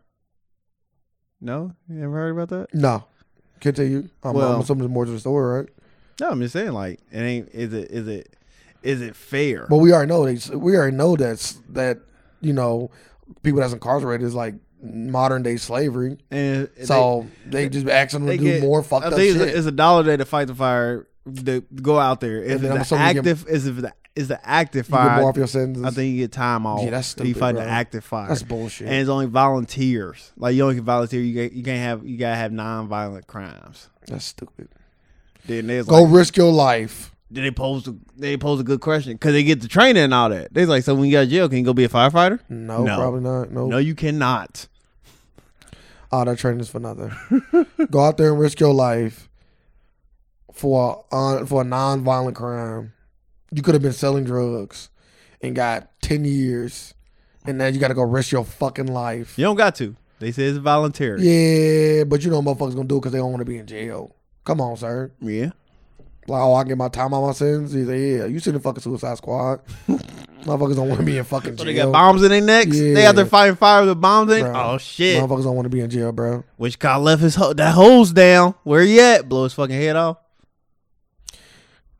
S1: No, you ever heard about that?
S2: no, can't tell you. I'm,
S1: Well-
S2: I'm assuming there's more to the story, right?
S1: No, I'm just saying like it ain't. Is it is it is it fair?
S2: But we already know that we already know that's that you know people that's incarcerated is like modern day slavery.
S1: and if
S2: so they, just asking them
S1: they
S2: to do
S1: get-
S2: more
S1: they, I
S2: fucked up
S1: think it's, a,
S2: shit.
S1: it's a dollar a day to fight the fire. To go out there. If
S2: And then I'm
S1: it's an
S2: assuming you get-
S1: active, is if the is the active
S2: You get
S1: fire.
S2: more off your sentences.
S1: I think you get time off.
S2: Yeah, that's
S1: if You
S2: stupid,
S1: fight
S2: bro.
S1: the active fire.
S2: that's bullshit.
S1: and it's only volunteers. Like you only can volunteer. You get, you can't have you gotta have non-violent crimes.
S2: that's stupid.
S1: Then there's
S2: Go
S1: like,
S2: risk your life.
S1: did they pose a, they pose a good question because they get the training and all that. They like so when you got to jail, can you go be a firefighter?
S2: No,
S1: No.
S2: probably not. No,
S1: No, you cannot.
S2: Oh, that training is for nothing. Go out there and risk your life for a, uh, for a non-violent crime. You could have been selling drugs and got ten years, and now you got to go risk your fucking life.
S1: You don't got to. They say it's voluntary.
S2: Yeah, but you know motherfuckers gonna do it because they don't want to be in jail. Come on, sir.
S1: Yeah.
S2: Like, oh, I get my time on my sentence. He's like, yeah, you seen the fucking Suicide Squad? motherfuckers don't want to be in fucking
S1: So
S2: jail.
S1: they got bombs in their necks. They out there
S2: Yeah.
S1: fighting fire with bombs in.
S2: Bro.
S1: Oh shit!
S2: motherfuckers don't want to be in jail, bro.
S1: Which guy left his ho- that hose down? Where he at? Blow his fucking head off.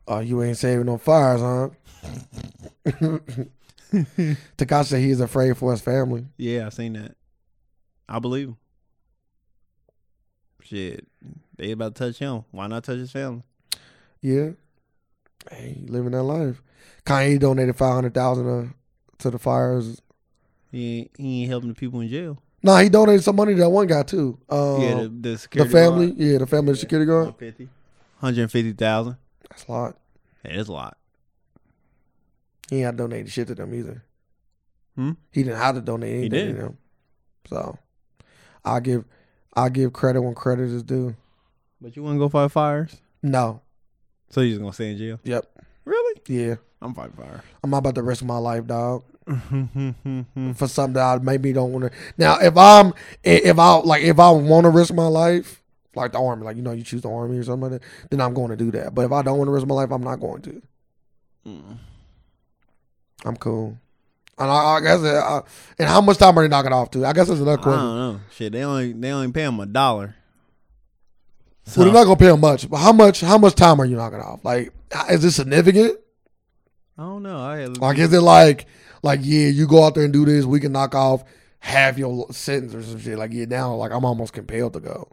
S2: Oh, you ain't saving no fires, huh? Takashi said he is afraid for his family.
S1: Yeah, I seen that. I believe him. Shit, they about to touch him. Why not touch his family?
S2: Yeah. Hey, he living that life. Kanye donated five hundred thousand to to the fires.
S1: He ain't, he ain't helping the people in jail.
S2: Nah, he donated some money to that one guy too. Uh,
S1: yeah,
S2: yeah,
S1: the, the
S2: the,
S1: security
S2: family. uh, Yeah, the family security guard.
S1: guard. 150. 150,000.
S2: That's a lot.
S1: That is a lot.
S2: He ain't had donated shit to them either.
S1: Hmm?
S2: He didn't have to donate anything
S1: didn't.
S2: to them. So I give I give credit when credit is due.
S1: But you want to go fight fires?
S2: No.
S1: So you just going to stay in jail?
S2: Yep.
S1: Really?
S2: Yeah.
S1: I'm fighting fire.
S2: I'm not about to risk my life, dog.
S1: Hmm.
S2: for something that I maybe don't want to. Now, if I'm i- if I like if I want to risk my life, like the army, like you know, you choose the army or something like that, then I'm going to do that. But if I don't want to risk my life, I'm not going to.
S1: Mm.
S2: I'm cool. And I, I guess uh and how much time are they knocking off to? I guess that's
S1: I
S2: another
S1: don't
S2: question.
S1: know. Shit, they only, they only pay him a dollar.
S2: Well,
S1: So-
S2: they're not gonna pay them much, but how much? How much time are you knocking off? Like, is this significant?
S1: I don't know. I had,
S2: Like, is it like, like yeah, you go out there and do this, we can knock off half your sentence or some shit? Like, yeah, now like I'm almost compelled to go.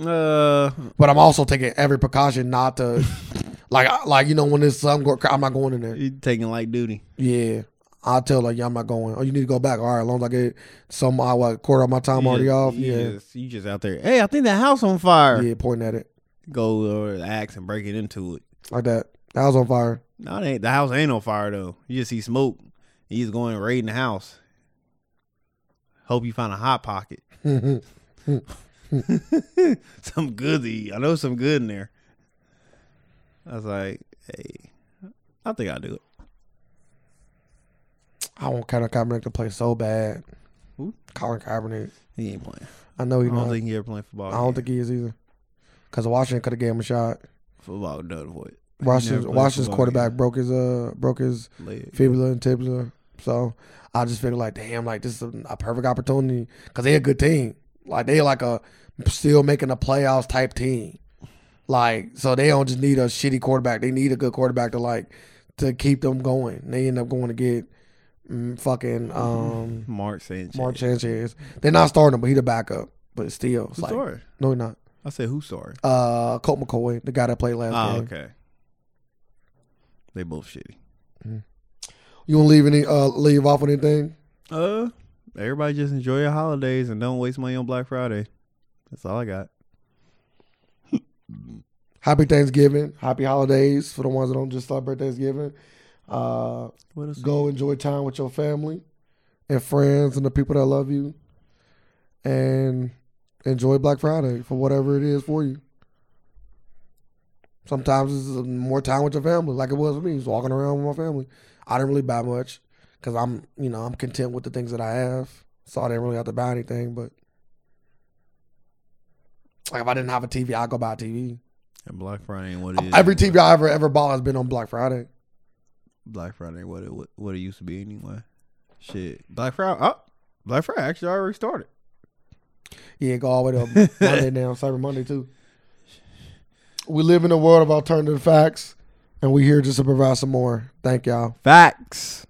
S1: uh,
S2: but I'm also taking every precaution not to, like, like you know, when there's some, go- I'm not going in there.
S1: you taking light duty.
S2: Yeah, I tell like, yeah, I'm not going. Oh, you need to go back. All right, as long as I get some, I what quarter of my time
S1: You
S2: already
S1: just-
S2: off.
S1: you
S2: Yeah,
S1: just, you just out there. Hey, I think that house on fire.
S2: yeah, pointing at it
S1: Go over the axe and break it into it.
S2: like that. That was on fire.
S1: No, it ain't the house ain't on fire though. You just see smoke. You just going raiding the house. Hope you find a hot pocket. some good to eat. I know some good in there. I was like, hey, I think I'll do it.
S2: I want Colin Kaepernick to play so bad.
S1: Who?
S2: Colin Kaepernick.
S1: He ain't playing.
S2: I know
S1: I
S2: he
S1: don't
S2: not.
S1: think he ever playing football.
S2: I don't
S1: again.
S2: think he is either. Because Washington could have gave him a shot.
S1: football done for it. He never
S2: Washington's,
S1: played
S2: Washington's
S1: football
S2: quarterback
S1: again.
S2: broke his uh broke his
S1: Leg.
S2: fibula and tibula. So I just figured like, damn, like this is a, a perfect opportunity because they a good team. Like they like a still making a playoffs type team. Like so they don't just need a shitty quarterback. They need a good quarterback to like to keep them going. They end up going to get mm, fucking
S1: Mm-hmm.
S2: um
S1: Mark Sanchez.
S2: Mark Sanchez. They're not starting him, but he the backup. But still, it's
S1: Who's
S2: like
S1: sorry?
S2: no, he not.
S1: I said who's sorry?
S2: Uh, Colt McCoy, the guy that played last
S1: Oh,
S2: game.
S1: okay. They both shitty.
S2: You want to leave any uh leave off on anything?
S1: Uh, everybody just enjoy your holidays and don't waste money on Black Friday. That's all I got.
S2: Happy Thanksgiving. Happy holidays for the ones that don't just celebrate Thanksgiving. Uh,
S1: What else?
S2: go enjoy time with your family and friends and the people that love you. And enjoy Black Friday for whatever it is for you. Sometimes it's more time with your family, like it was for me. Just walking around with my family. I didn't really buy much because I'm, you know, I'm content with the things that I have, so I didn't really have to buy anything. But like, if I didn't have a TV, I'd go buy a TV.
S1: And Black Friday ain't what it is.
S2: Every
S1: anymore.
S2: TV I ever ever bought has been on Black Friday.
S1: Black Friday ain't what it what, what it used to be anyway. Shit, Black Friday. Oh, Black Friday actually already started.
S2: Yeah, go all the way to Monday now, Cyber Monday too. We live in a world of alternative facts, and we here just to provide some more. Thank y'all.
S1: Facts.